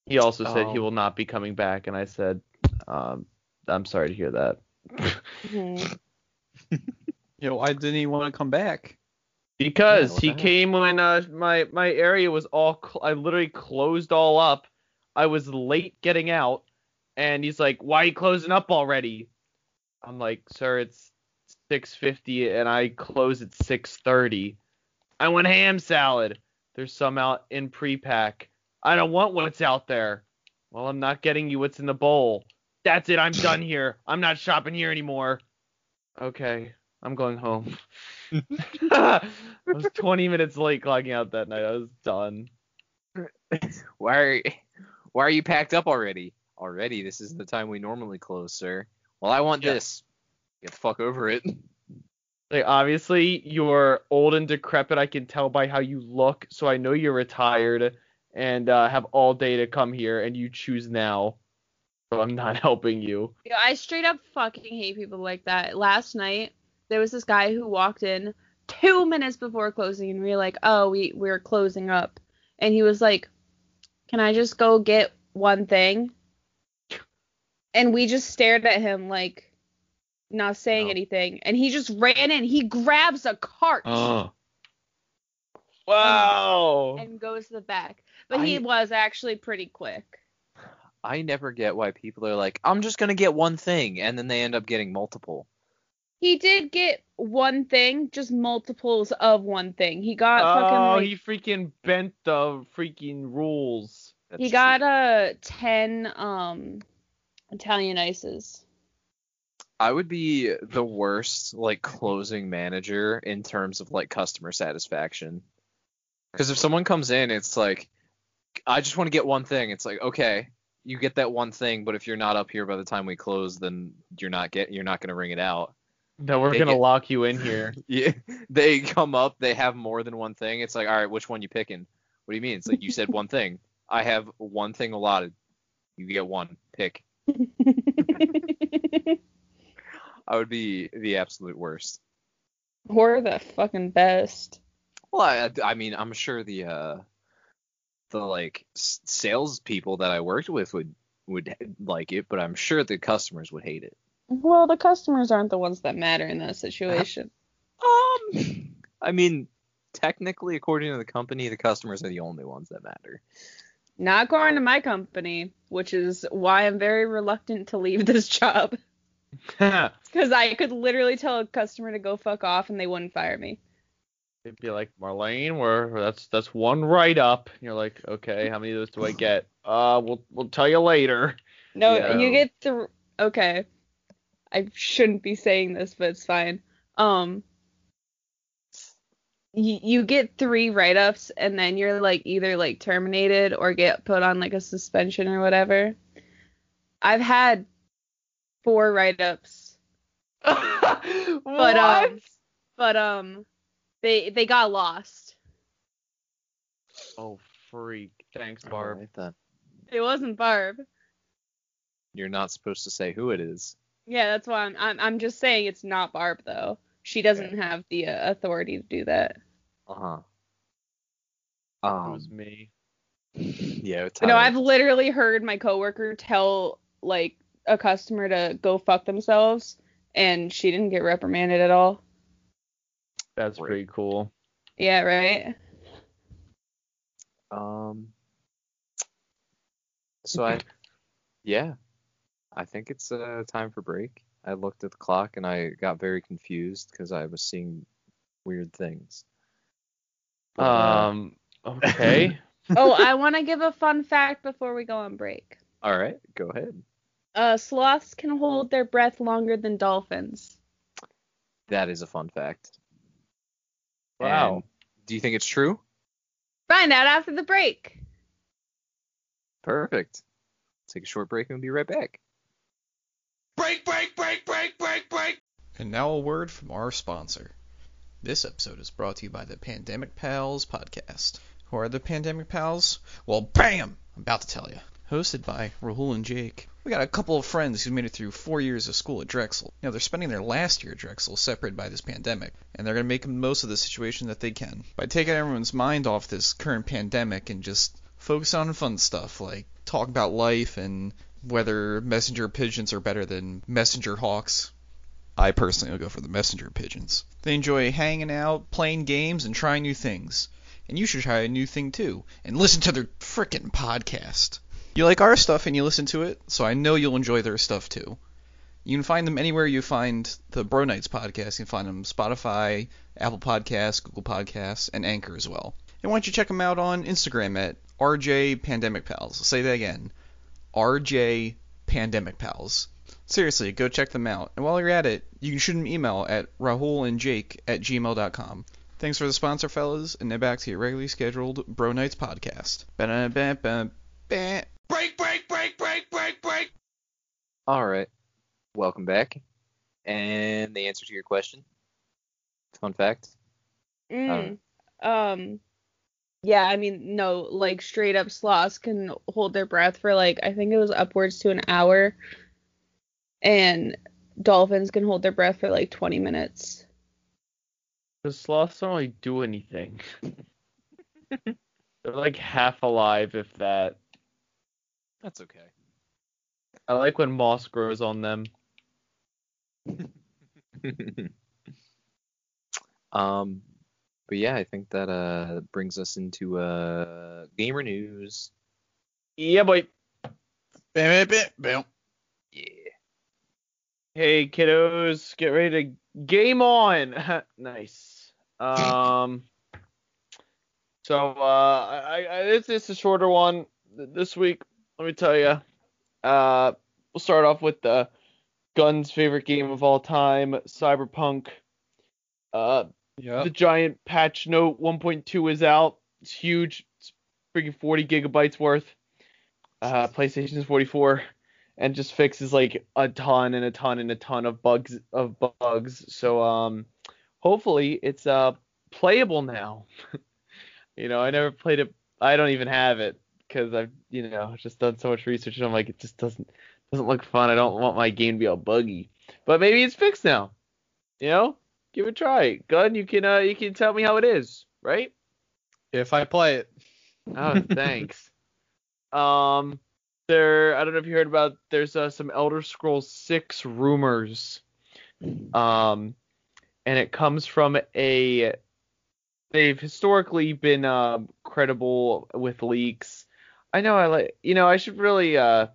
Speaker 3: He also said he
Speaker 1: Oh.
Speaker 3: will not be coming back, and I said, um, I'm sorry to hear that.
Speaker 2: You know, why didn't he want to come back?
Speaker 1: Yeah,
Speaker 3: Because
Speaker 1: what
Speaker 3: he
Speaker 1: the heck?
Speaker 3: came when uh, my my area was all cl- I literally closed all up. I was late getting out, and he's like, "Why are you closing up already?" I'm like, "Sir, it's 6:50 and I close at 6:30. I want ham salad. There's some out in pre-pack. I don't want what's out there. Well, I'm not getting you what's in the bowl. That's it. I'm done here. I'm not shopping here anymore. Okay, I'm going home." I was 20 minutes late clocking out that night. I was done.
Speaker 1: Why are Why are you packed up already? Already, this is the time we normally close, sir. Well, I want
Speaker 2: Yeah.
Speaker 1: this. Get the fuck over it.
Speaker 3: Like obviously you're old and decrepit. I can tell by how you look, so I know you're retired and uh, have all day to come here, and you choose now. So I'm not helping you.
Speaker 4: Yo, I straight up fucking hate people like that. Last night there was this guy who walked in two minutes before closing, and we were like, "Oh, we we're closing up," and he was like, "Can I just go get one thing?" And we just stared at him like, not saying
Speaker 1: No.
Speaker 4: anything, and he just ran in. He grabs a cart.
Speaker 2: Oh.
Speaker 3: Wow.
Speaker 4: and goes to the back. But he
Speaker 1: I-
Speaker 4: was actually pretty quick.
Speaker 1: I never get why people are like, I'm just gonna get one thing, and then they end up getting multiple.
Speaker 4: He did get one thing, just multiples of one thing. He got fucking
Speaker 3: Oh,
Speaker 4: like,
Speaker 3: he freaking bent the freaking rules.
Speaker 1: That's
Speaker 4: he got uh ten um Italian ices.
Speaker 1: I would be the worst like closing manager in terms of like customer satisfaction. Because if someone comes in, it's like, I just want to get one thing. It's like, okay, you get that one thing, but if you're not up here by the time we close, then you're not get you're not gonna ring it out.
Speaker 3: No, we're
Speaker 1: They
Speaker 3: gonna
Speaker 1: get-
Speaker 3: lock you in here.
Speaker 1: Yeah, they come up. They have more than one thing. It's like, all right, which one you picking? What do you mean? It's like you said one thing. I have one thing allotted. You get one pick. I would be the absolute worst.
Speaker 4: Horror the fucking best.
Speaker 1: Well, I, I mean, I'm sure the uh, the like s- sales people that I worked with would would like it, but I'm sure the customers would hate it.
Speaker 4: Well, the customers aren't the ones that matter in that situation.
Speaker 1: Um, I mean, technically, according to the company, the customers are the only ones that matter.
Speaker 4: Not according to my company, which is why I'm very reluctant to leave this job.
Speaker 3: They'd
Speaker 4: Because I could literally tell a customer to go fuck off and they wouldn't fire me.
Speaker 3: be like, Marlene, we're that's that's one write up. And you're like, okay, how many of those do I get? Uh, we'll we'll tell you later.
Speaker 4: No,
Speaker 1: Yeah.
Speaker 4: you get the okay. I shouldn't be saying this, but it's fine. Um, you, you get three write-ups, and then you're like either like terminated or get put on like a suspension or whatever. I've had four write-ups, but
Speaker 3: but
Speaker 4: um, but um, they they got lost.
Speaker 3: oh freak, thanks Barb.
Speaker 1: Alright, then.
Speaker 4: It wasn't Barb.
Speaker 1: You're not supposed to say who it is.
Speaker 4: Yeah, that's why I'm I'm, I'm just saying it's not Barb though. She doesn't have the uh, authority to do that.
Speaker 1: Uh huh.
Speaker 3: It
Speaker 1: Um,
Speaker 3: was me.
Speaker 1: yeah, it's
Speaker 4: No,
Speaker 1: how-
Speaker 4: I've literally heard my coworker tell like a customer to go fuck themselves, and she didn't get reprimanded at all.
Speaker 3: That's
Speaker 1: Great.
Speaker 3: pretty cool.
Speaker 4: Yeah, right.
Speaker 1: Um. So I, yeah, I think it's uh, time for break. I looked at the clock and I got very confused because I was seeing weird things. uh,
Speaker 3: Um, okay.
Speaker 4: oh, I want to give a fun fact before we go on break.
Speaker 1: All right, go ahead.
Speaker 4: Uh, sloths can hold their breath longer than dolphins.
Speaker 1: That is a fun fact.
Speaker 3: wow.
Speaker 1: And do you think it's true?
Speaker 4: Find out after the break.
Speaker 1: Perfect. Take a short break and we'll be right back.
Speaker 2: Break, break, break, break, break, break. And now a word from our sponsor. This episode is brought to you by the Pandemic Pals podcast. Who are the Pandemic Pals? Well, bam! I'm about to tell you. Hosted by Rahul and Jake. We got a couple of friends who made it through four years of school at Drexel. Now they're spending their last year at Drexel separated by this pandemic, and they're going to make the most of the situation that they can by taking everyone's mind off this current pandemic and just focus on fun stuff like talk about life and whether messenger pigeons are better than messenger hawks. I personally will go for the messenger pigeons. They enjoy hanging out, playing games, and trying new things. And you should try a new thing too, and listen to their frickin' podcast. You like our stuff and you listen to it, so I know you'll enjoy their stuff too. You can find them anywhere you find the Bro Nights podcast. You can find them Spotify, Apple Podcasts, Google Podcasts, and Anchor as well. And why don't you check them out on Instagram at RJ Pandemic Pals. I'll say that again. RJ Pandemic Pals. Seriously, go check them out. And while you're at it, you can shoot an email at rahulandjake at gmail.com. Thanks for the sponsor, fellas, and now back to your regularly scheduled Bro Nights podcast. Ba-da-ba-ba-ba. Break, break, break, break, break, break.
Speaker 1: All right. Welcome back. And the answer to your question. Fun fact.
Speaker 4: Mm. Um. Yeah, I mean, no, like straight up sloths can hold their breath for like I think it was upwards to an hour, and dolphins can hold their breath for like 20 minutes.
Speaker 3: Because sloths don't really do anything. They're like half alive, if that.
Speaker 1: That's okay.
Speaker 3: I like when moss grows on them.
Speaker 1: um, but yeah, I think that uh brings us into uh gamer news.
Speaker 3: Yeah, boy.
Speaker 2: Bam, bam, bam.
Speaker 1: Yeah.
Speaker 3: Hey, kiddos, get ready to game on. nice. Um. So, uh, I, I this, this is a shorter one th- this week. Let me tell you. Uh, we'll start off with uh, Gun's favorite game of all time, Cyberpunk. Uh,
Speaker 2: Yeah.
Speaker 3: The giant patch note 1.2 is out. It's huge. It's freaking 40 gigabytes worth. Uh, PlayStation 44. and just fixes like a ton and a ton and a ton of bugs of bugs. So um, hopefully it's uh playable now. you know, I never played it. I don't even have it because I've you know just done so much research and I'm like it just doesn't doesn't look fun. I don't want my game to be all buggy. But maybe it's fixed now. You know, give it a try. Gun, you can uh you can tell me how it is, right?
Speaker 2: If I play it,
Speaker 3: Oh, thanks. um, there. I don't know if you heard about. There's uh, some Elder Scrolls Six rumors. Um, and it comes from a. They've historically been uh, credible with leaks. I know I like. You know I should really uh,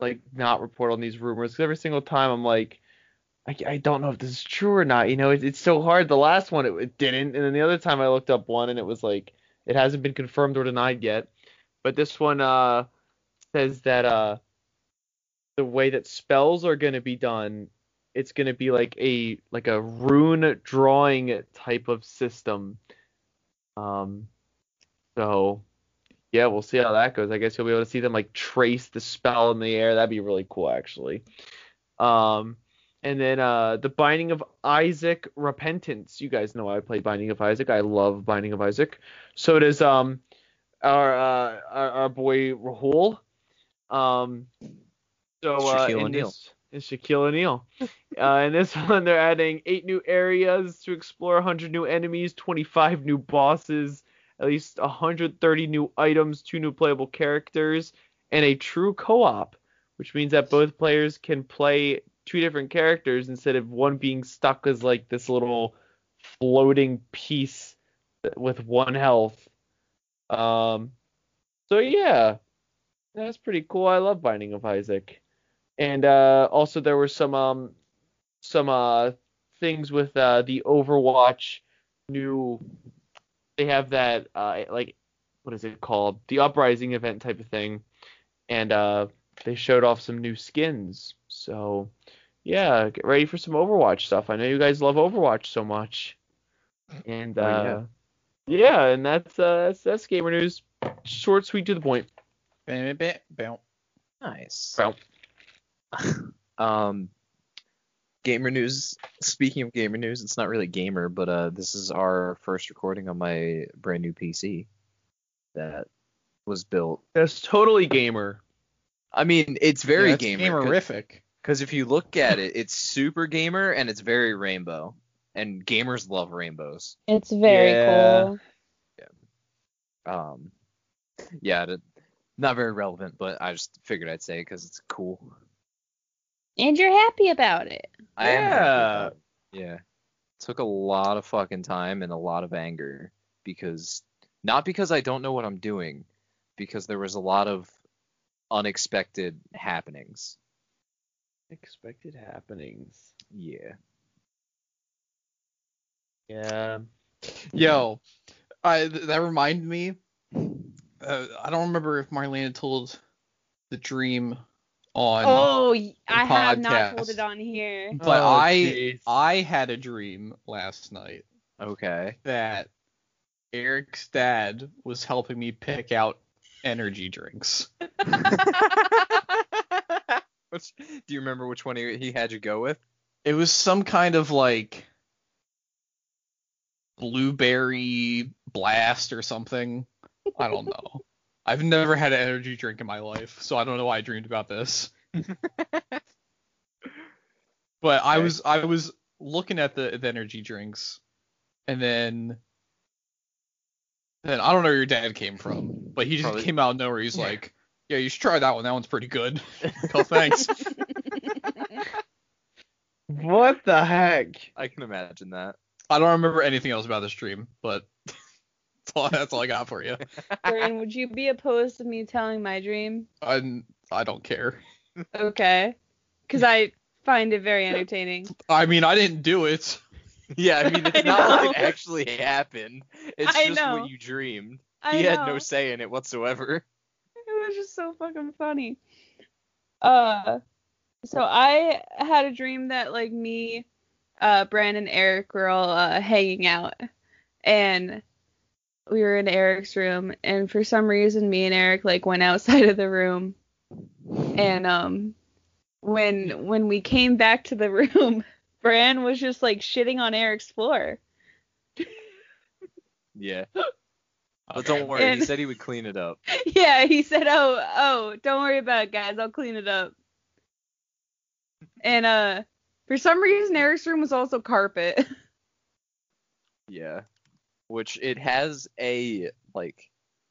Speaker 3: like not report on these rumors 'cause every single time I'm like. I, I don't know if this is true or not. You know, it, it's so hard. The last one, it, it didn't. And then the other time I looked up one and it was like, it hasn't been confirmed or denied yet. But this one uh, says that uh, the way that spells are going to be done, it's going to be like a like a rune drawing type of system. Um, so yeah, we'll see how that goes. I guess you'll be able to see them like trace the spell in the air. That'd be really cool, actually. Um, and then uh, the Binding of Isaac Repentance. You guys know I play Binding of Isaac. I love Binding of Isaac. So does um our uh our, our boy Rahul. Um so uh
Speaker 1: Shaquille
Speaker 3: in
Speaker 1: O'Neal.
Speaker 3: this is Shaquille O'Neal. uh in this one they're adding eight new areas to explore, hundred new enemies, twenty five new bosses, at least hundred thirty new items, two new playable characters, and a true co op, which means that both players can play two different characters instead of one being stuck as like this little floating piece with one health. Um, so yeah, that's pretty cool. I love Binding of Isaac, and uh, also there were some um some uh things with uh the Overwatch new. They have that uh like what is it called the Uprising event type of thing, and uh they showed off some new skins. So yeah, get ready for some Overwatch stuff. I know you guys love Overwatch so much, and uh.
Speaker 1: Oh, yeah.
Speaker 3: Yeah, and that's uh that's, that's gamer news. Short, sweet, to the point.
Speaker 2: bam, bam, bam.
Speaker 1: Nice.
Speaker 3: Well,
Speaker 1: Um, gamer news. Speaking of gamer news, it's not really gamer, but uh, this is our first recording on my brand new PC that was built.
Speaker 3: that's totally gamer.
Speaker 1: I mean, it's very
Speaker 2: yeah, that's
Speaker 1: gamer.
Speaker 2: Gamerific.
Speaker 1: Because if you look at it, it's super gamer and it's very rainbow, and gamers love rainbows.
Speaker 4: It's very
Speaker 2: Yeah.
Speaker 4: cool.
Speaker 1: um yeah to, not very relevant but i just figured i'd say because it's cool
Speaker 4: And you're happy about it.
Speaker 1: I am happy about it. yeah took a lot of fucking time and a lot of anger because not because i don't know what i'm doing because there was a lot of unexpected happenings
Speaker 3: Expected happenings.
Speaker 1: yeah
Speaker 3: Yeah.
Speaker 2: Yo, I th- that reminded me. Uh, I don't remember if Marlena told the dream on,
Speaker 4: Oh, y- I have
Speaker 2: podcast.
Speaker 4: not told it on here.
Speaker 2: but
Speaker 3: Oh,
Speaker 2: I
Speaker 3: jeez.
Speaker 2: I had a dream last night
Speaker 1: okay
Speaker 2: that Eric's dad was helping me pick out energy drinks.
Speaker 1: Which, do you remember which one he, he had you go with
Speaker 2: It was some kind of like blueberry blast or something. I don't know. I've never had an energy drink in my life, so I don't know why I dreamed about this. but I
Speaker 1: Okay.
Speaker 2: was I was looking at the, the energy drinks and then then I don't know where your dad came from, but he just
Speaker 1: Probably-
Speaker 2: came out of nowhere. He's like, "Yeah, you should try that one. That one's pretty good." oh, thanks.
Speaker 3: What the heck?
Speaker 1: i can imagine that
Speaker 2: I don't remember anything else about this dream, but that's all, that's all I got for you.
Speaker 4: Jordan, would you be opposed to me telling my dream?
Speaker 2: I I don't care.
Speaker 4: Okay. Because I find it very entertaining.
Speaker 2: I mean, I didn't do it.
Speaker 1: Yeah, I mean,
Speaker 4: I
Speaker 1: it's not
Speaker 4: know.
Speaker 1: like it actually happened. It's
Speaker 4: I
Speaker 1: just
Speaker 4: know.
Speaker 1: what you dreamed.
Speaker 4: I
Speaker 1: he had
Speaker 4: know.
Speaker 1: no say in it whatsoever.
Speaker 4: it was just so fucking funny. Uh, so I had a dream that like me, uh, Brandon, and Eric were all uh, hanging out, and we were in Eric's room, and for some reason me and Eric like went outside of the room, and um when when we came back to the room, Bran was just like shitting on Eric's floor.
Speaker 1: Yeah. But
Speaker 2: Okay.
Speaker 1: Oh, don't worry,
Speaker 4: And-
Speaker 1: he said he would clean it up.
Speaker 4: yeah, he said, "Oh, oh, don't worry about it, guys. I'll clean it up." And uh, for some reason, Eric's room was also carpet.
Speaker 1: Yeah. Which it has a like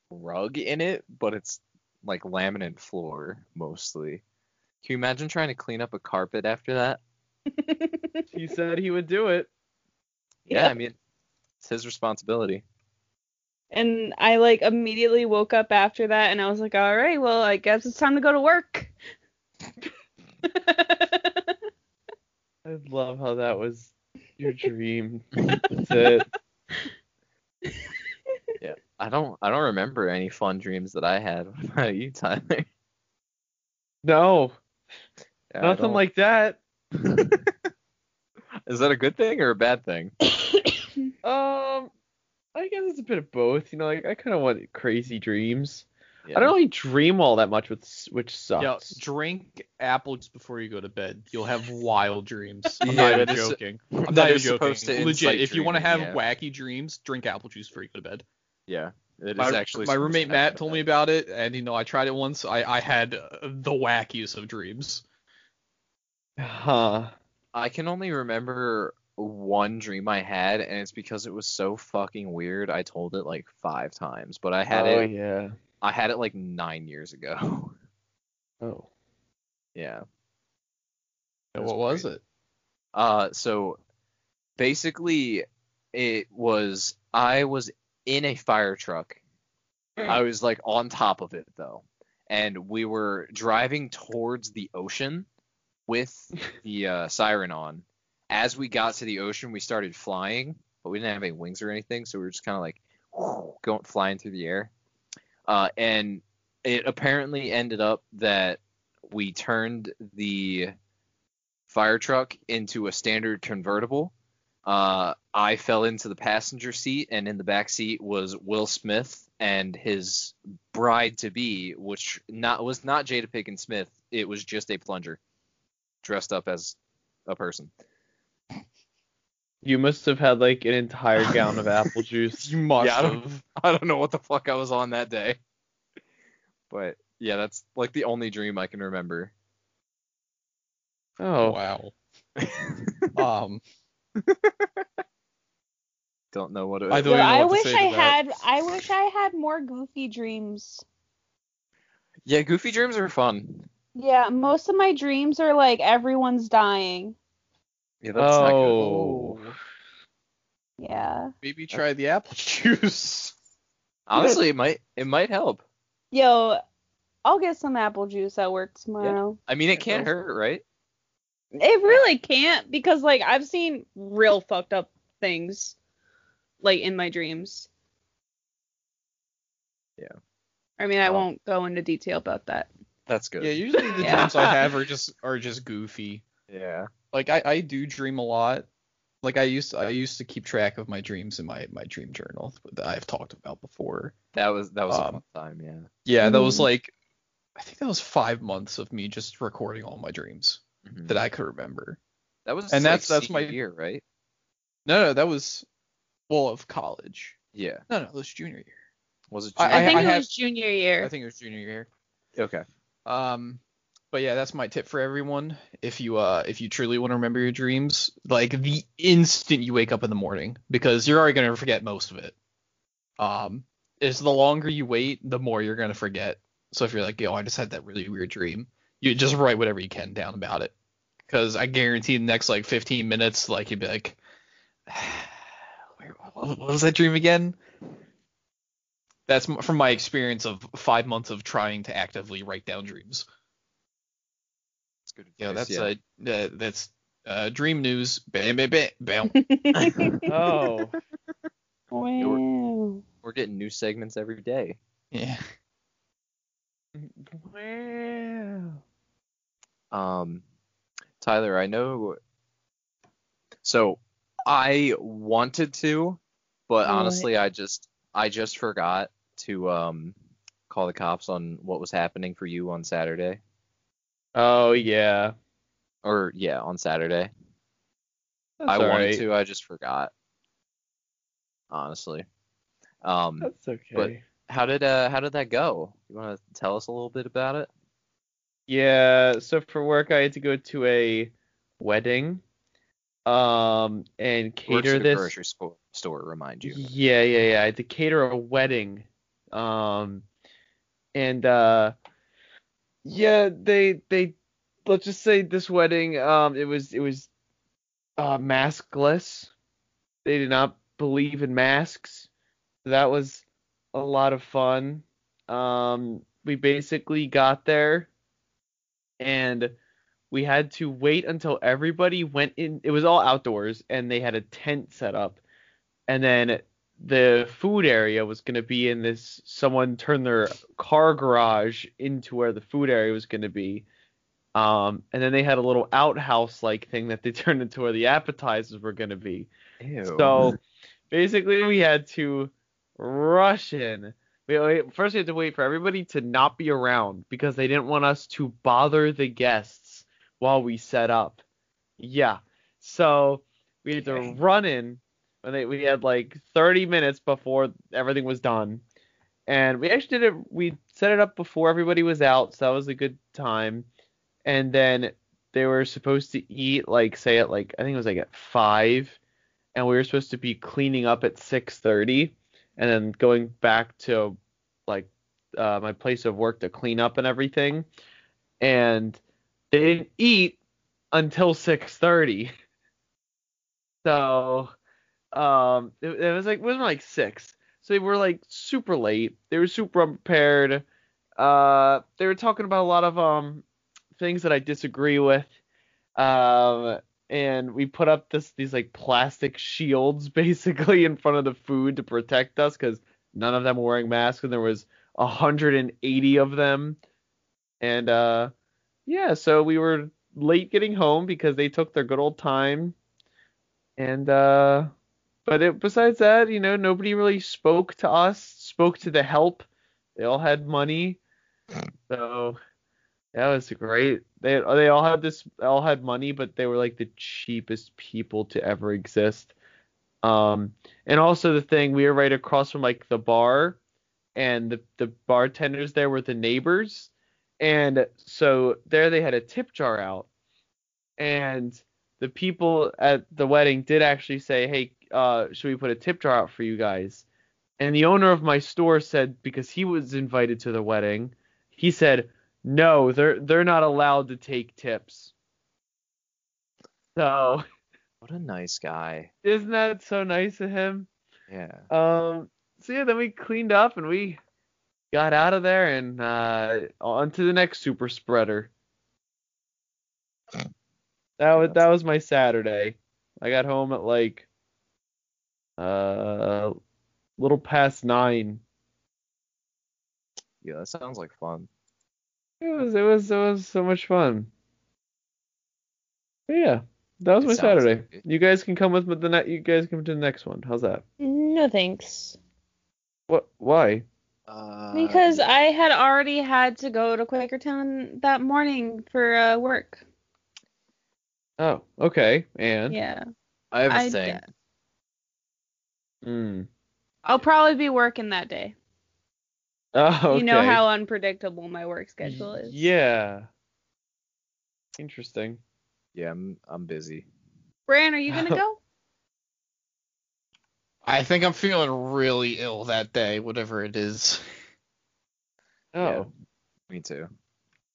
Speaker 1: rug in it, but it's like laminate floor mostly. Can you imagine trying to clean up a carpet after that?
Speaker 3: He said he would do it.
Speaker 1: Yeah, I mean it's his responsibility.
Speaker 4: And I like immediately woke up after that, and I was like, "All right, well, I guess it's time to go to work."
Speaker 3: I love how that was your dream. That's it.
Speaker 1: I don't I don't remember any fun dreams that I had. What about you, Tyler?
Speaker 3: No,
Speaker 1: Yeah, I
Speaker 3: nothing
Speaker 1: don't-
Speaker 3: like that.
Speaker 1: Is that a good thing or a bad thing?
Speaker 3: Um, I guess it's a bit of both. You know, like I kind of want crazy dreams.
Speaker 1: Yeah.
Speaker 3: I don't really dream all that much, which which
Speaker 2: Yeah,
Speaker 3: sucks.
Speaker 2: drink apple juice before you go to bed. You'll have wild dreams. I'm
Speaker 1: Yeah,
Speaker 2: not even
Speaker 1: that is-
Speaker 2: joking. I'm
Speaker 1: that
Speaker 2: not even
Speaker 1: is supposed
Speaker 2: joking.
Speaker 1: to
Speaker 2: Legit,
Speaker 1: incite
Speaker 2: if you want to have
Speaker 1: dreaming,
Speaker 2: wacky dreams, drink apple juice before you go to bed.
Speaker 1: Yeah. It is
Speaker 2: my,
Speaker 1: actually
Speaker 2: my
Speaker 1: supposed
Speaker 2: roommate
Speaker 1: to
Speaker 2: Matt
Speaker 1: happen
Speaker 2: told
Speaker 1: that
Speaker 2: me about it, and you know I tried it once. I I had uh, the wackiest of dreams.
Speaker 3: Huh.
Speaker 1: I can only remember one dream I had, and it's because it was so fucking weird. I told it like five times, but I had
Speaker 3: oh
Speaker 1: it.
Speaker 3: yeah.
Speaker 1: I had it like nine years ago.
Speaker 3: Oh.
Speaker 1: yeah. That was
Speaker 2: What was it?
Speaker 1: Uh, so basically, it was I was in a fire truck. I was like on top of it though, and we were driving towards the ocean with the uh, siren on. As we got to the ocean, we started flying, but we didn't have any wings or anything, so we were just kind of like going flying through the air. Uh, and it apparently ended up that we turned the fire truck into a standard convertible. Uh, I fell into the passenger seat, and in the back seat was Will Smith and his bride to be, which not was not Jada Pinkett Smith. It was just a plunger dressed up as a person.
Speaker 3: You must have had like an entire gallon of apple juice.
Speaker 2: You must
Speaker 1: Yeah, I don't-
Speaker 2: have.
Speaker 1: I don't know what the fuck I was on that day, but yeah, that's like the only dream I can remember.
Speaker 3: Oh.
Speaker 2: Wow. um.
Speaker 1: Don't know what it
Speaker 2: I
Speaker 1: was.
Speaker 2: don't even
Speaker 4: Well,
Speaker 2: know
Speaker 4: I
Speaker 2: what to
Speaker 4: wish
Speaker 2: say
Speaker 4: I
Speaker 2: to that.
Speaker 4: had I wish I had more goofy dreams.
Speaker 1: Yeah, goofy dreams are fun.
Speaker 4: Yeah, most of my dreams are like everyone's dying.
Speaker 1: Yeah, that's not good.
Speaker 3: Oh.
Speaker 4: Yeah.
Speaker 2: Maybe try the apple juice.
Speaker 1: Honestly, it might it might help.
Speaker 4: Yo, I'll get some apple juice at work tomorrow.
Speaker 1: I mean, it can't hurt, right?
Speaker 4: It really can't because like I've seen real fucked up things like in my dreams.
Speaker 1: Yeah.
Speaker 4: I mean, I
Speaker 1: Oh.
Speaker 4: won't go into detail about that.
Speaker 1: That's good.
Speaker 2: Yeah, usually the
Speaker 4: Yeah.
Speaker 2: dreams I have are just are just goofy.
Speaker 1: Yeah.
Speaker 2: Like I I do dream a lot. Like I used I used to keep track of my dreams in my my dream journal that I've talked about before.
Speaker 1: That was that was a
Speaker 2: Um,
Speaker 1: fun time. Yeah.
Speaker 2: Yeah, that was
Speaker 4: Mhm.
Speaker 2: like I think that was five months of me just recording all my dreams
Speaker 1: Mhm.
Speaker 2: that I could remember.
Speaker 1: That was like,
Speaker 2: and that's- that's my-
Speaker 1: senior year, right?
Speaker 2: No, no, that was well of college.
Speaker 1: Yeah.
Speaker 2: No, no, it was junior year.
Speaker 1: Was it?
Speaker 4: I,
Speaker 2: I-
Speaker 1: junior-
Speaker 4: think
Speaker 2: I
Speaker 4: it
Speaker 2: have-
Speaker 4: was junior year.
Speaker 2: I think it was junior year.
Speaker 1: okay.
Speaker 2: Um, but yeah, that's my tip for everyone. If you uh if you truly want to remember your dreams, like the instant you wake up in the morning, because you're already gonna forget most of it. Um, is the longer you wait, the more you're gonna forget. So if you're like, yo, I just had that really weird dream, you just write whatever you can down about it. Because I guarantee the next like 15 minutes, like you'd be like, where, what what was that dream again? That's m- from my experience of five months of trying to actively write down dreams.
Speaker 1: That's good.
Speaker 2: Yeah,
Speaker 1: advice,
Speaker 2: that's uh, uh, that's uh, dream news. Bam, bam, bam, bam.
Speaker 3: Oh.
Speaker 4: wow.
Speaker 1: We're getting new segments every day.
Speaker 2: yeah.
Speaker 3: wow.
Speaker 1: Um, Tyler, I know. So I wanted to, but
Speaker 4: What?
Speaker 1: honestly, I just I just forgot to um call the cops on what was happening for you on Saturday.
Speaker 3: Oh yeah.
Speaker 1: Or yeah, on Saturday.
Speaker 3: That's
Speaker 1: I wanted
Speaker 3: alright.
Speaker 1: to, I just forgot. Honestly. Um
Speaker 3: That's okay.
Speaker 1: how did uh how did that go? You wanna tell us a little bit about it?
Speaker 3: Yeah, so for work I had to go to a wedding um and
Speaker 1: Works
Speaker 3: cater
Speaker 1: at a
Speaker 3: this
Speaker 1: grocery store, store remind you.
Speaker 3: Yeah, yeah, yeah. I had to cater a wedding. Um and uh yeah, they they let's just say this wedding um it was it was uh maskless. They did not believe in masks. That was a lot of fun. Um we basically got there and we had to wait until everybody went in it was all outdoors and they had a tent set up and then the food area was going to be in this someone turned their car garage into where the food area was going to be um, and then they had a little outhouse like thing that they turned into where the appetizers were going to be
Speaker 1: Ew.
Speaker 3: so basically we had to rush in we, we first we had to wait for everybody to not be around because they didn't want us to bother the guests while we set up yeah so we had to run in when they, we had like 30 minutes before everything was done and we actually did it we set it up before everybody was out so that was a good time and then they were supposed to eat like say at like i think it was like at five and we were supposed to be cleaning up at 6:30 and then going back to like uh, my place of work to clean up and everything. And they didn't eat until 6:30. So um it, it was like it was like 6. So they were like super late. They were super unprepared. Uh they were talking about a lot of um things that I disagree with. Um and we put up this these like plastic shields basically in front of the food to protect us because none of them were wearing masks and there was 180 of them and uh yeah so we were late getting home because they took their good old time and uh but it, besides that you know nobody really spoke to us spoke to the help they all had money so that was great. They they all had this they all had money, but they were like the cheapest people to ever exist. Um, and also the thing we were right across from like the bar, and the the bartenders there were the neighbors, and so there they had a tip jar out, and the people at the wedding did actually say, hey, uh, should we put a tip jar out for you guys? And the owner of my store said because he was invited to the wedding, he said. No, they're they're not allowed to take tips. So
Speaker 1: What a nice guy.
Speaker 3: isn't that so nice of him?
Speaker 1: Yeah.
Speaker 3: Um. So yeah, then we cleaned up and we got out of there and uh, on to the next super spreader. That was that was my Saturday. I got home at like uh little past nine.
Speaker 1: Yeah, that sounds like fun.
Speaker 3: It was it was it was so much fun. But yeah, that was
Speaker 1: It
Speaker 3: my
Speaker 1: sounds
Speaker 3: Saturday.
Speaker 1: like it.
Speaker 3: You guys can come with me the night. You guys come to the next one. How's that?
Speaker 4: No thanks.
Speaker 3: What? Why?
Speaker 1: Uh,
Speaker 4: Because I had already had to go to Quakertown that morning for uh, work.
Speaker 3: Oh, okay. And
Speaker 4: Yeah.
Speaker 1: I have a
Speaker 4: I-
Speaker 1: thing.
Speaker 3: Mm.
Speaker 4: I'll probably be working that day.
Speaker 3: Oh, okay.
Speaker 4: You know how unpredictable my work schedule is.
Speaker 3: Yeah. Interesting.
Speaker 1: Yeah, I'm I'm busy.
Speaker 4: Bran, are you gonna go?
Speaker 2: I think I'm feeling really ill that day, whatever it is.
Speaker 3: Oh.
Speaker 1: Me too.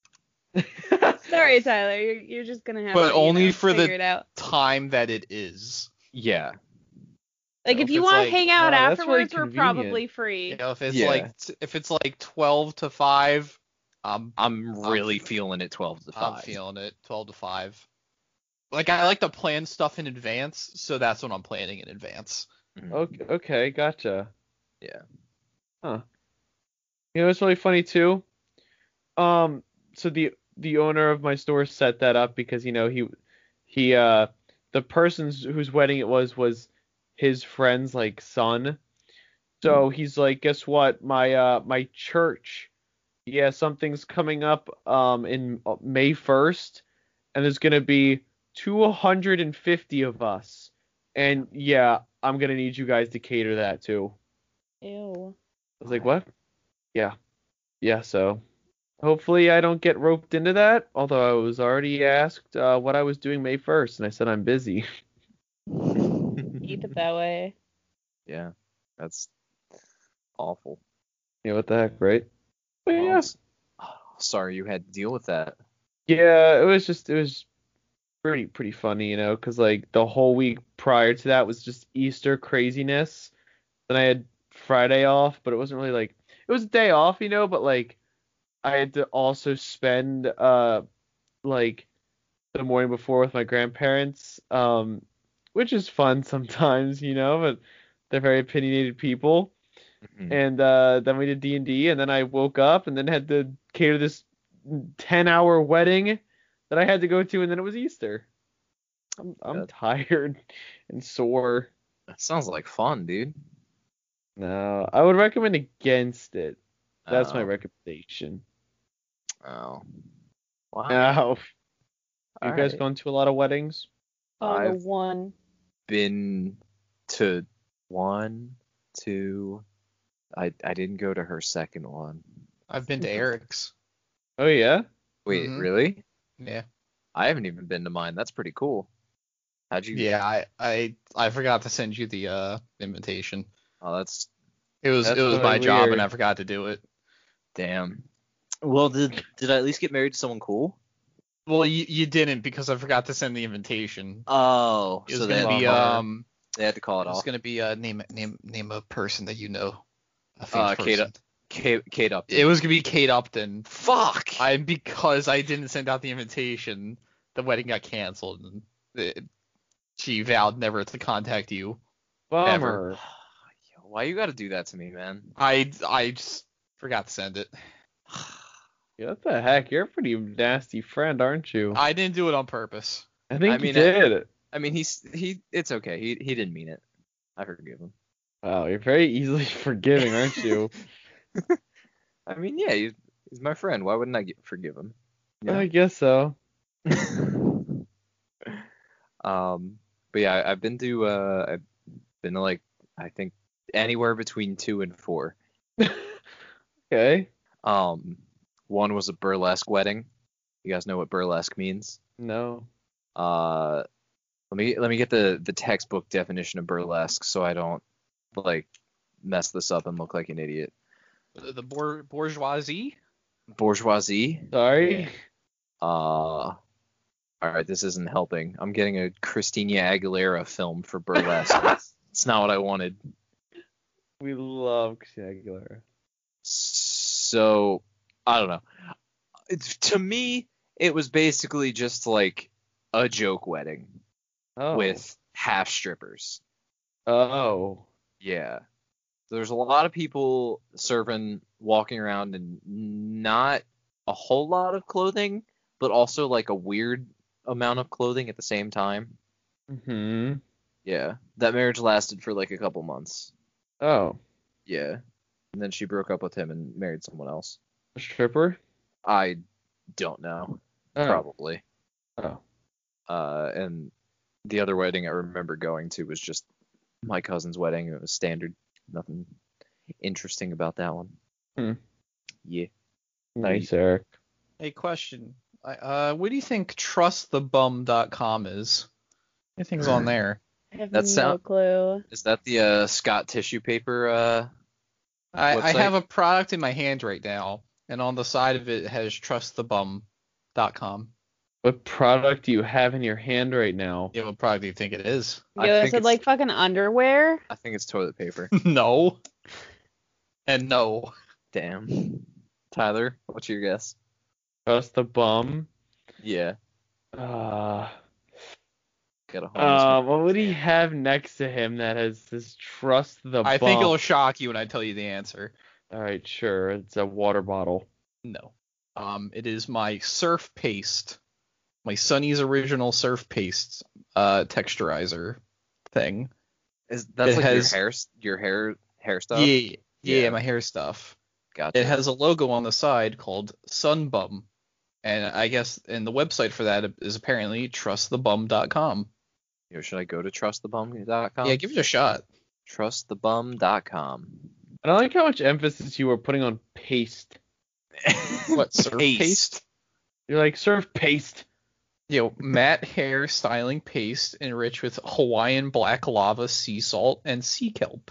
Speaker 4: Sorry, Tyler. You're, you're just gonna have
Speaker 2: But
Speaker 4: to
Speaker 2: only
Speaker 4: you know,
Speaker 2: for the-
Speaker 4: figure it out.
Speaker 2: Time that it is.
Speaker 1: Yeah.
Speaker 4: Like
Speaker 2: know,
Speaker 4: if
Speaker 2: if
Speaker 4: you
Speaker 2: it's
Speaker 4: want to
Speaker 2: like-
Speaker 4: hang out
Speaker 3: Wow, that's really
Speaker 4: afterwards, we're
Speaker 3: convenient.
Speaker 4: probably free.
Speaker 2: You know, if it's
Speaker 1: Yeah.
Speaker 2: like if it's like 12 to 5, I'm
Speaker 1: I'm
Speaker 2: I'm-
Speaker 1: really feeling it 12 to 5.
Speaker 2: I'm feeling it. 12 to 5. Like I like to plan stuff in advance, so that's what I'm planning in advance.
Speaker 1: Mhm.
Speaker 3: okay. Okay. Gotcha.
Speaker 1: Yeah.
Speaker 3: Huh. You know what's really funny too? Um, so the the owner of my store set that up because you know he he uh the person's whose wedding it was was his friend's like son. So he's like, guess what? My uh my church yeah, something's coming up um, in uh, May 1st, and there's going to be 250 of us. And yeah, I'm going to need you guys to cater that too.
Speaker 4: Ew.
Speaker 3: I was like, what? Yeah. Yeah, so hopefully I don't get roped into that, although I was already asked uh, what I was doing May 1st, and I said I'm busy.
Speaker 4: Eat it that way.
Speaker 1: Yeah, that's awful.
Speaker 3: you know what the heck, right? But
Speaker 1: Well,
Speaker 3: yeah.
Speaker 1: s- oh, sorry you had to deal with that.
Speaker 3: Yeah, it was just it was pretty pretty funny, you know, because like the whole week prior to that was just Easter craziness. Then I had Friday off, but it wasn't really like it was a day off, you know, but like I had to also spend uh like the morning before with my grandparents, um, which is fun sometimes, you know, but they're very opinionated people
Speaker 1: Mhm.
Speaker 3: and uh, then we did D and D, and then I woke up and then had to cater this ten-hour wedding that I had to go to, and then it was Easter. I'm I'm
Speaker 1: Yeah.
Speaker 3: tired and sore.
Speaker 1: That sounds like fun, dude.
Speaker 3: No, I would recommend against it. That's my
Speaker 1: Oh,
Speaker 3: recommendation.
Speaker 1: Oh. Wow.
Speaker 3: Now, you
Speaker 1: All
Speaker 3: guys
Speaker 1: right.
Speaker 3: gone to a lot of weddings?
Speaker 4: On the
Speaker 1: I've-
Speaker 4: one.
Speaker 1: been to one, two. I I didn't go to her second one.
Speaker 2: I've been to Eric's.
Speaker 3: Oh yeah.
Speaker 1: Wait,
Speaker 2: Mhm.
Speaker 1: really?
Speaker 2: Yeah.
Speaker 1: I haven't even been to mine. That's pretty cool. How'd you?
Speaker 2: Yeah, I I, I forgot to send you the uh invitation.
Speaker 1: Oh, that's
Speaker 2: It was
Speaker 3: That's
Speaker 2: it was
Speaker 3: really
Speaker 2: my job
Speaker 3: weird.
Speaker 2: and I forgot to do it.
Speaker 1: damn. Well, did did I at least get married to someone cool?
Speaker 2: Well, you, you didn't because I forgot to send the invitation.
Speaker 1: Oh,
Speaker 2: It was
Speaker 1: so they
Speaker 2: gonna
Speaker 1: had,
Speaker 2: be
Speaker 1: to call her-
Speaker 2: um
Speaker 1: they had to call it
Speaker 2: it was
Speaker 1: off.
Speaker 2: gonna be uh name name name a person that you know. A
Speaker 1: Uh,
Speaker 2: famous
Speaker 1: Kate-
Speaker 2: person.
Speaker 1: Kate, Kate up.
Speaker 2: It was gonna be Kate Upton.
Speaker 1: Fuck.
Speaker 2: I because I didn't send out the invitation, the wedding got canceled. And it, she vowed never to contact you.
Speaker 3: Bummer.
Speaker 1: Why you gotta do that to me, man?
Speaker 2: I I just forgot to send it.
Speaker 3: Yeah, what the heck? You're a pretty nasty friend, aren't
Speaker 1: Oh.
Speaker 3: you? I,
Speaker 2: I didn't do it on purpose.
Speaker 3: think
Speaker 1: I
Speaker 3: you
Speaker 1: mean, I-
Speaker 3: did.
Speaker 1: I mean, he's he. It's okay. He he didn't mean it. I forgive him.
Speaker 3: Wow, you're very easily forgiving, aren't you?
Speaker 1: I mean, yeah, he's, he's my friend. Why wouldn't I get, forgive him?
Speaker 3: I guess so.
Speaker 1: um, but yeah, I, I've been to uh, I've been to like I think anywhere between two and four.
Speaker 3: Okay.
Speaker 1: Um, one was a burlesque wedding. You guys know what burlesque means?
Speaker 3: No.
Speaker 1: Uh, let me let me get the the textbook definition of burlesque so I don't like mess this up and look like an idiot.
Speaker 2: The, the bour- bourgeoisie.
Speaker 1: Bourgeoisie.
Speaker 3: Sorry.
Speaker 2: Yeah.
Speaker 1: Uh, all right, this isn't helping. I'm getting a Christina Aguilera film for burlesque. it's not what I wanted.
Speaker 3: We love Christina Aguilera.
Speaker 1: So I don't know. It's, to me, it was basically just like a joke wedding
Speaker 3: Oh.
Speaker 1: with half strippers.
Speaker 3: Oh.
Speaker 1: Yeah. There's a lot of people serving, walking around in not a whole lot of clothing, but also like a weird amount of clothing at the same time. Mm-hmm.
Speaker 3: Hmm.
Speaker 1: Yeah. That marriage lasted for like a couple months.
Speaker 3: Oh.
Speaker 1: Yeah. And then she broke up with him and married someone else.
Speaker 3: A stripper.
Speaker 1: I don't know.
Speaker 3: Oh.
Speaker 1: Probably. Mm-hmm.
Speaker 3: Oh.
Speaker 1: Uh, and the other wedding I remember going to was just my cousin's wedding. It was standard. Nothing interesting about that one.
Speaker 3: Hmm.
Speaker 1: Yeah.
Speaker 3: Nice, Eric.
Speaker 2: Hey, question. I, uh, what do you think trustthebum.com is? Anything's on there?
Speaker 4: I have
Speaker 1: That
Speaker 4: no
Speaker 1: sound-
Speaker 4: clue.
Speaker 1: Is that the uh, Scott tissue paper? Uh,
Speaker 2: I, I
Speaker 1: Website?
Speaker 2: have a product in my hand right now, and on the side of it has trustthebum.com.
Speaker 3: What product do you have in your hand right now?
Speaker 2: Yeah, what product do you think it is?
Speaker 1: I
Speaker 4: Yo, I
Speaker 1: think
Speaker 4: said
Speaker 1: it's-
Speaker 4: like fucking underwear.
Speaker 1: I think it's toilet paper.
Speaker 2: no. And no.
Speaker 1: Damn. Tyler, what's your guess?
Speaker 3: Trust the bum.
Speaker 1: Yeah.
Speaker 3: Uh,
Speaker 1: Got a home.
Speaker 3: uh, what would he have next to him that has this trust the
Speaker 2: I
Speaker 3: bum?
Speaker 2: think it'll shock you when I tell you the answer.
Speaker 3: All right, sure. It's a water bottle.
Speaker 2: No. Um, it is my surf paste, my Sunny's original surf paste uh, texturizer thing.
Speaker 1: Is that's
Speaker 2: It
Speaker 1: like
Speaker 2: has-
Speaker 1: your hair your hair hairstyle?
Speaker 2: Yeah, yeah,
Speaker 1: Yeah.
Speaker 2: my hair stuff.
Speaker 1: Gotcha.
Speaker 2: It has a logo on the side called Sunbum. And I guess and the website for that is apparently trustthebum.com.
Speaker 1: You know, should I go to trustthebum.com?
Speaker 2: Yeah, give it a shot.
Speaker 1: trustthebum.com.
Speaker 3: And I like how much emphasis you were putting on paste.
Speaker 2: What surf
Speaker 1: Paste.
Speaker 2: paste?
Speaker 3: You're like serve paste.
Speaker 2: You know, matte hair styling paste enriched with Hawaiian black lava sea salt and sea kelp.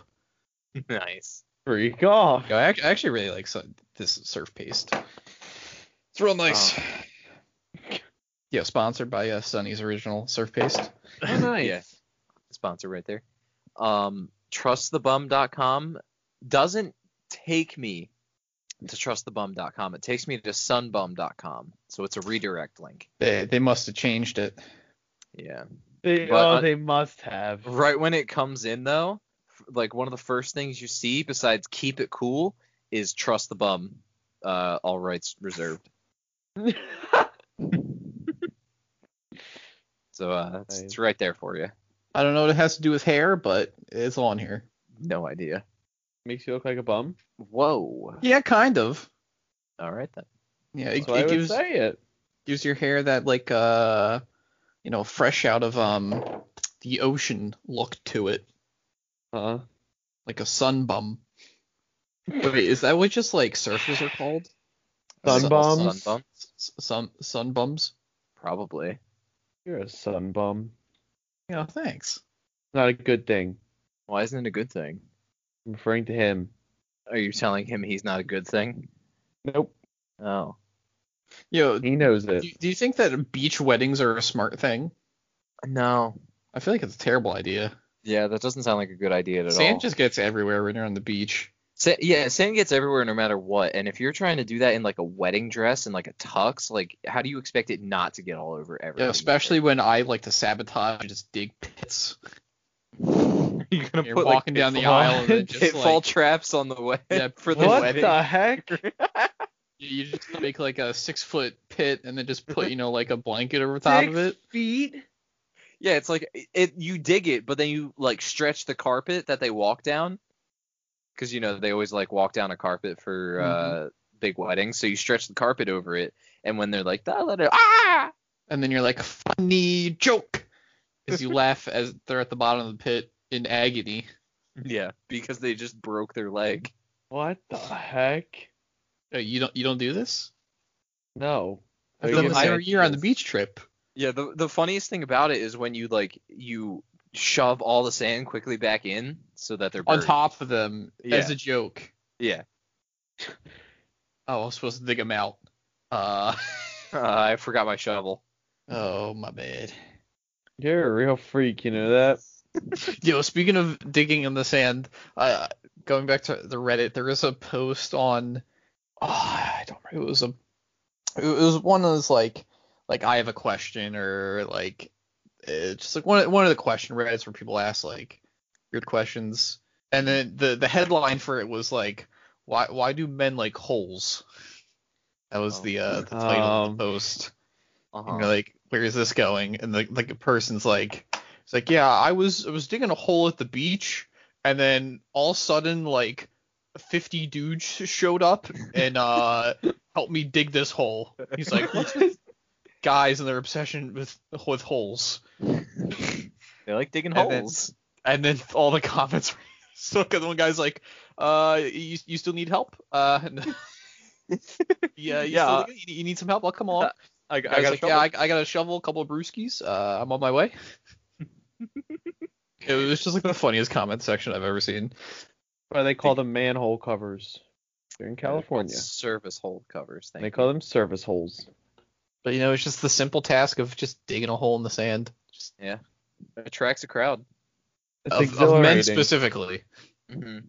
Speaker 1: nice.
Speaker 3: Freak off.
Speaker 2: You know, I act- I actually really like su- this surf paste. It's real nice. yeah, sponsored by uh, Sunny's original surf paste.
Speaker 3: Oh, nice.
Speaker 1: Yeah. Sponsor right there. Um, trustthebum.com doesn't take me to trustthebum.com. It takes me to sunbum.com. So it's a redirect link.
Speaker 2: They they must have changed it.
Speaker 1: Yeah.
Speaker 3: They,
Speaker 1: But,
Speaker 3: oh,
Speaker 1: uh,
Speaker 3: they must have.
Speaker 1: Right when it comes in though, f- like one of the first things you see besides keep it cool is trust the bum. Uh, all rights reserved. So uh, it's, it's right there for you.
Speaker 2: I don't know what it has to do with hair, but it's on here.
Speaker 1: No idea.
Speaker 3: Makes you look like a bum.
Speaker 1: Whoa.
Speaker 2: Yeah, kind of.
Speaker 1: All right then.
Speaker 2: Yeah,
Speaker 3: That's
Speaker 2: it,
Speaker 3: why I
Speaker 2: it
Speaker 3: would
Speaker 2: gives
Speaker 3: say it.
Speaker 2: gives your hair that like uh you know fresh out of um the ocean look to it,
Speaker 3: Huh?
Speaker 2: like a sun bum. Wait, is that what just like surfers are called?
Speaker 3: Sun
Speaker 1: Sun-
Speaker 3: bums?
Speaker 1: sun bum?
Speaker 2: S- Sun sun bums.
Speaker 1: Probably.
Speaker 3: You're a sun bum.
Speaker 2: Yeah, thanks.
Speaker 3: Not a good thing.
Speaker 1: Why isn't it a good thing?
Speaker 3: I'm referring to him.
Speaker 1: Are you telling him he's not a good thing?
Speaker 3: Nope.
Speaker 1: Oh.
Speaker 2: Yo, do
Speaker 3: He knows it.
Speaker 2: you, do you think that beach weddings are a smart thing?
Speaker 1: No.
Speaker 2: I feel like it's a terrible idea.
Speaker 1: Yeah, that doesn't sound like a good idea at
Speaker 2: Sand
Speaker 1: all.
Speaker 2: just gets everywhere when you're on the beach.
Speaker 1: Sa- yeah, sand gets everywhere no matter what. And if you're trying to do that in like a wedding dress and like a tux, like how do you expect it not to get all over everything?
Speaker 2: Yeah, especially when I like to sabotage and just dig pits.
Speaker 1: you're gonna
Speaker 2: You're
Speaker 1: put like
Speaker 2: walking down the
Speaker 1: pitfall-
Speaker 2: aisle and then just
Speaker 1: pitfall
Speaker 2: like
Speaker 1: traps on the way
Speaker 2: Yeah,
Speaker 1: for the
Speaker 3: what
Speaker 1: wedding.
Speaker 3: the heck?
Speaker 2: you just make like a six foot pit and then just put you know like a blanket over top of it.
Speaker 3: Six feet?
Speaker 1: Yeah, it's like it, you dig it, but then you like stretch the carpet that they walk down, because you know they always like walk down a carpet for uh, big weddings. So you stretch the carpet over it, and when they're like, "Ah, let it- ah,
Speaker 2: And then you're like funny joke as you laugh as they're at the bottom of the pit in agony.
Speaker 1: yeah, because they just broke their leg.
Speaker 3: What the heck?
Speaker 2: Uh, You don't you don't do this?
Speaker 3: No.
Speaker 2: I've
Speaker 1: Oh,
Speaker 2: done
Speaker 1: you
Speaker 2: this
Speaker 1: hide
Speaker 2: every year on the
Speaker 1: this.
Speaker 2: beach trip.
Speaker 1: Yeah, the the funniest thing about it is when you like you shove all the sand quickly back in so that they're
Speaker 2: on
Speaker 1: buried.
Speaker 2: top of them as
Speaker 1: Yeah.
Speaker 2: a joke.
Speaker 1: Yeah,
Speaker 2: Oh, I was supposed to dig them out. Uh,
Speaker 1: uh, I forgot my shovel.
Speaker 2: oh my bad.
Speaker 3: You're a real freak, you know that?
Speaker 2: Yo, speaking of digging in the sand, uh, going back to the Reddit, there was a post on, oh, I don't remember, it was a, it was one of those like, like I have a question or like, uh, just like one of- one of the question Reddit's where people ask like weird questions, and then the the headline for it was like, why why do men like holes? That was
Speaker 1: Oh.
Speaker 2: the uh, the title of
Speaker 3: Um,
Speaker 2: the post.
Speaker 1: Uh-huh.
Speaker 2: And you're like, where is this going? And the like the person's like, it's like, yeah, I was I was digging a hole at the beach, and then all of a sudden like, 50 dudes showed up and uh helped me dig this hole. He's like, "What's with guys and their obsession with with holes.
Speaker 1: they like digging
Speaker 2: and then-
Speaker 1: holes.
Speaker 2: And then all the comments. were So 'cause one guy's like, uh, you, you still need help? Uh, and- yeah, you
Speaker 1: Yeah.
Speaker 2: still need- you need some help? I'll come along.
Speaker 1: I, I
Speaker 2: I
Speaker 1: got
Speaker 2: got
Speaker 1: a
Speaker 2: yeah,
Speaker 1: shovel.
Speaker 2: I, I got a shovel, a couple of brewskis. Uh, I'm on my way. it was just like the funniest comment section I've ever seen.
Speaker 3: Why they call them manhole covers. They're in California.
Speaker 1: Service hole covers. Thank
Speaker 3: They
Speaker 1: you.
Speaker 3: call them service holes.
Speaker 2: But you know, it's just the simple task of just digging a hole in the sand. Just
Speaker 1: attracts a crowd.
Speaker 3: It's
Speaker 2: of, of men
Speaker 3: exhilarating.
Speaker 2: specifically.
Speaker 1: Mm-hmm.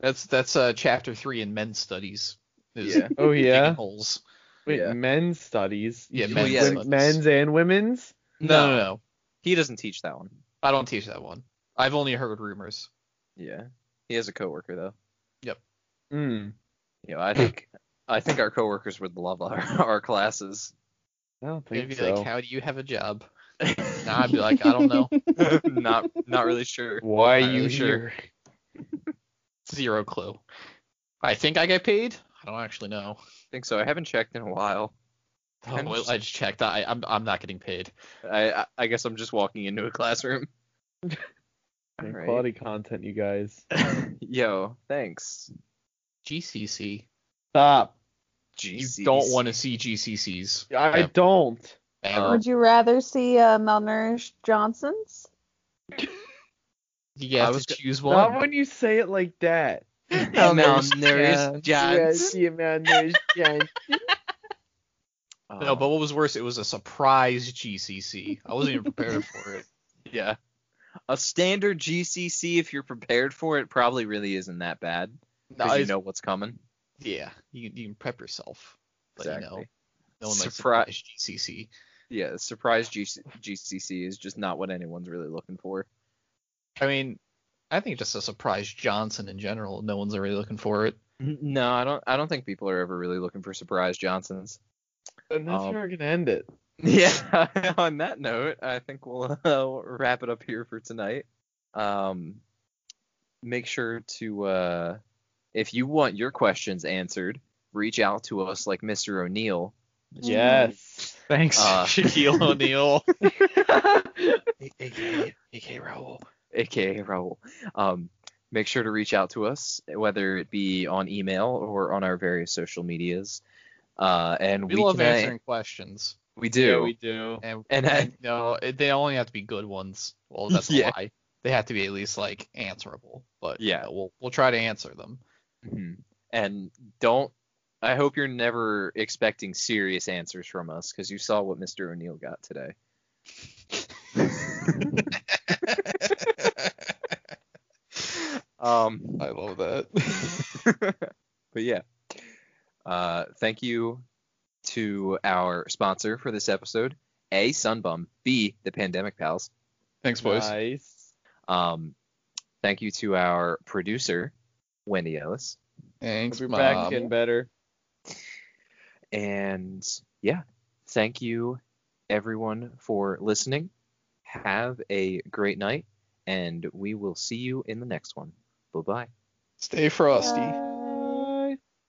Speaker 2: That's that's uh, chapter three in men's studies. is
Speaker 1: Yeah.
Speaker 3: Oh
Speaker 2: digging
Speaker 3: yeah.
Speaker 2: Holes.
Speaker 3: Wait,
Speaker 1: Yeah.
Speaker 3: men's studies.
Speaker 2: Yeah,
Speaker 3: You
Speaker 1: men's
Speaker 3: mean
Speaker 1: studies.
Speaker 3: men's and women's.
Speaker 2: No,
Speaker 1: No.
Speaker 2: no, no.
Speaker 1: He doesn't teach that one.
Speaker 2: I don't teach that one. I've only heard rumors.
Speaker 1: Yeah. He has a coworker though.
Speaker 3: Hmm.
Speaker 1: You know, I think I think our coworkers would love our, our classes.
Speaker 3: I don't
Speaker 2: They'd
Speaker 3: think
Speaker 2: be
Speaker 3: so.
Speaker 2: like, "How do you have a job?" And I'd be like, "I don't know.
Speaker 1: not not really sure.
Speaker 3: Why are
Speaker 2: Not
Speaker 3: you
Speaker 2: really sure.
Speaker 3: here?
Speaker 2: Zero clue." I think I get paid. I don't actually know.
Speaker 1: think so. I haven't checked in a while.
Speaker 2: Oh,
Speaker 1: I'm
Speaker 2: well,
Speaker 1: just-
Speaker 2: I just checked. I, I'm I'm not getting paid.
Speaker 1: I I- I guess I'm just walking into a classroom. All right.
Speaker 3: Quality content, you guys.
Speaker 1: Yo, thanks.
Speaker 2: GCC.
Speaker 3: Stop.
Speaker 2: You don't want to see GCCs.
Speaker 3: I
Speaker 2: Yep.
Speaker 3: don't.
Speaker 2: Ever.
Speaker 1: Uh,
Speaker 4: Would you rather see uh, malnourished Johnsons?
Speaker 2: you
Speaker 1: I
Speaker 2: have
Speaker 1: was
Speaker 2: to
Speaker 1: go-
Speaker 2: choose
Speaker 3: Not
Speaker 2: one.
Speaker 3: when you say it like that.
Speaker 1: Malnourished
Speaker 3: Yes, you malnourished Johnson.
Speaker 2: No, but what was worse? It was a surprise GCC. I wasn't even prepared for it.
Speaker 1: yeah, a standard GCC if you're prepared for it probably really isn't that bad because you
Speaker 2: it's-
Speaker 1: know what's coming.
Speaker 2: Yeah, you, you can prep yourself. But you know,
Speaker 1: Exactly.
Speaker 2: no one likes
Speaker 1: Surprise.
Speaker 2: surprise GCC.
Speaker 1: Yeah, surprise GC- GCC is just not what anyone's really looking for.
Speaker 2: I mean, I think just a surprise Johnson in general. No one's really looking for it.
Speaker 1: N- No, I don't. I don't think people are ever really looking for surprise Johnsons.
Speaker 3: And that's
Speaker 1: Um,
Speaker 3: where we're gonna end it.
Speaker 1: Yeah. On that note, I think we'll uh, wrap it up here for tonight. Um, make sure to, uh, if you want your questions answered, reach out to us like Mr. O'Neill.
Speaker 3: Yes.
Speaker 2: Thanks,
Speaker 1: Uh,
Speaker 2: Shaquille O'Neal.
Speaker 1: Mm. aka aka Raul, aka Raul. Um, make sure to reach out to us, whether it be on email or on our various social medias. Uh, and
Speaker 2: We
Speaker 1: we,
Speaker 2: love
Speaker 1: can,
Speaker 2: answering questions,
Speaker 1: We do.
Speaker 3: Yeah, we do.
Speaker 2: and,
Speaker 1: And I-
Speaker 2: and no, it- they only have to be good ones. Well, that's
Speaker 1: Yeah.
Speaker 2: a lie. They have to be at least like answerable. But
Speaker 1: Yeah.
Speaker 2: you know, we'll we'll try to answer them.
Speaker 1: Mhm. And don't. I hope you're never expecting serious answers from us because you saw what Mr. O'Neill got today. um,
Speaker 2: I love that.
Speaker 1: but yeah. Uh, thank you to our sponsor for this episode, A Sunbum, B the Pandemic Pals.
Speaker 2: Thanks, boys.
Speaker 3: Nice.
Speaker 1: Um, thank you to our producer, Wendy Ellis.
Speaker 2: Thanks,
Speaker 3: We're
Speaker 2: Mom.
Speaker 3: back getting better.
Speaker 1: And yeah, thank you everyone for listening. Have a great night, and we will see you in the next one. Bye bye.
Speaker 2: Stay frosty.
Speaker 4: Bye. Uh,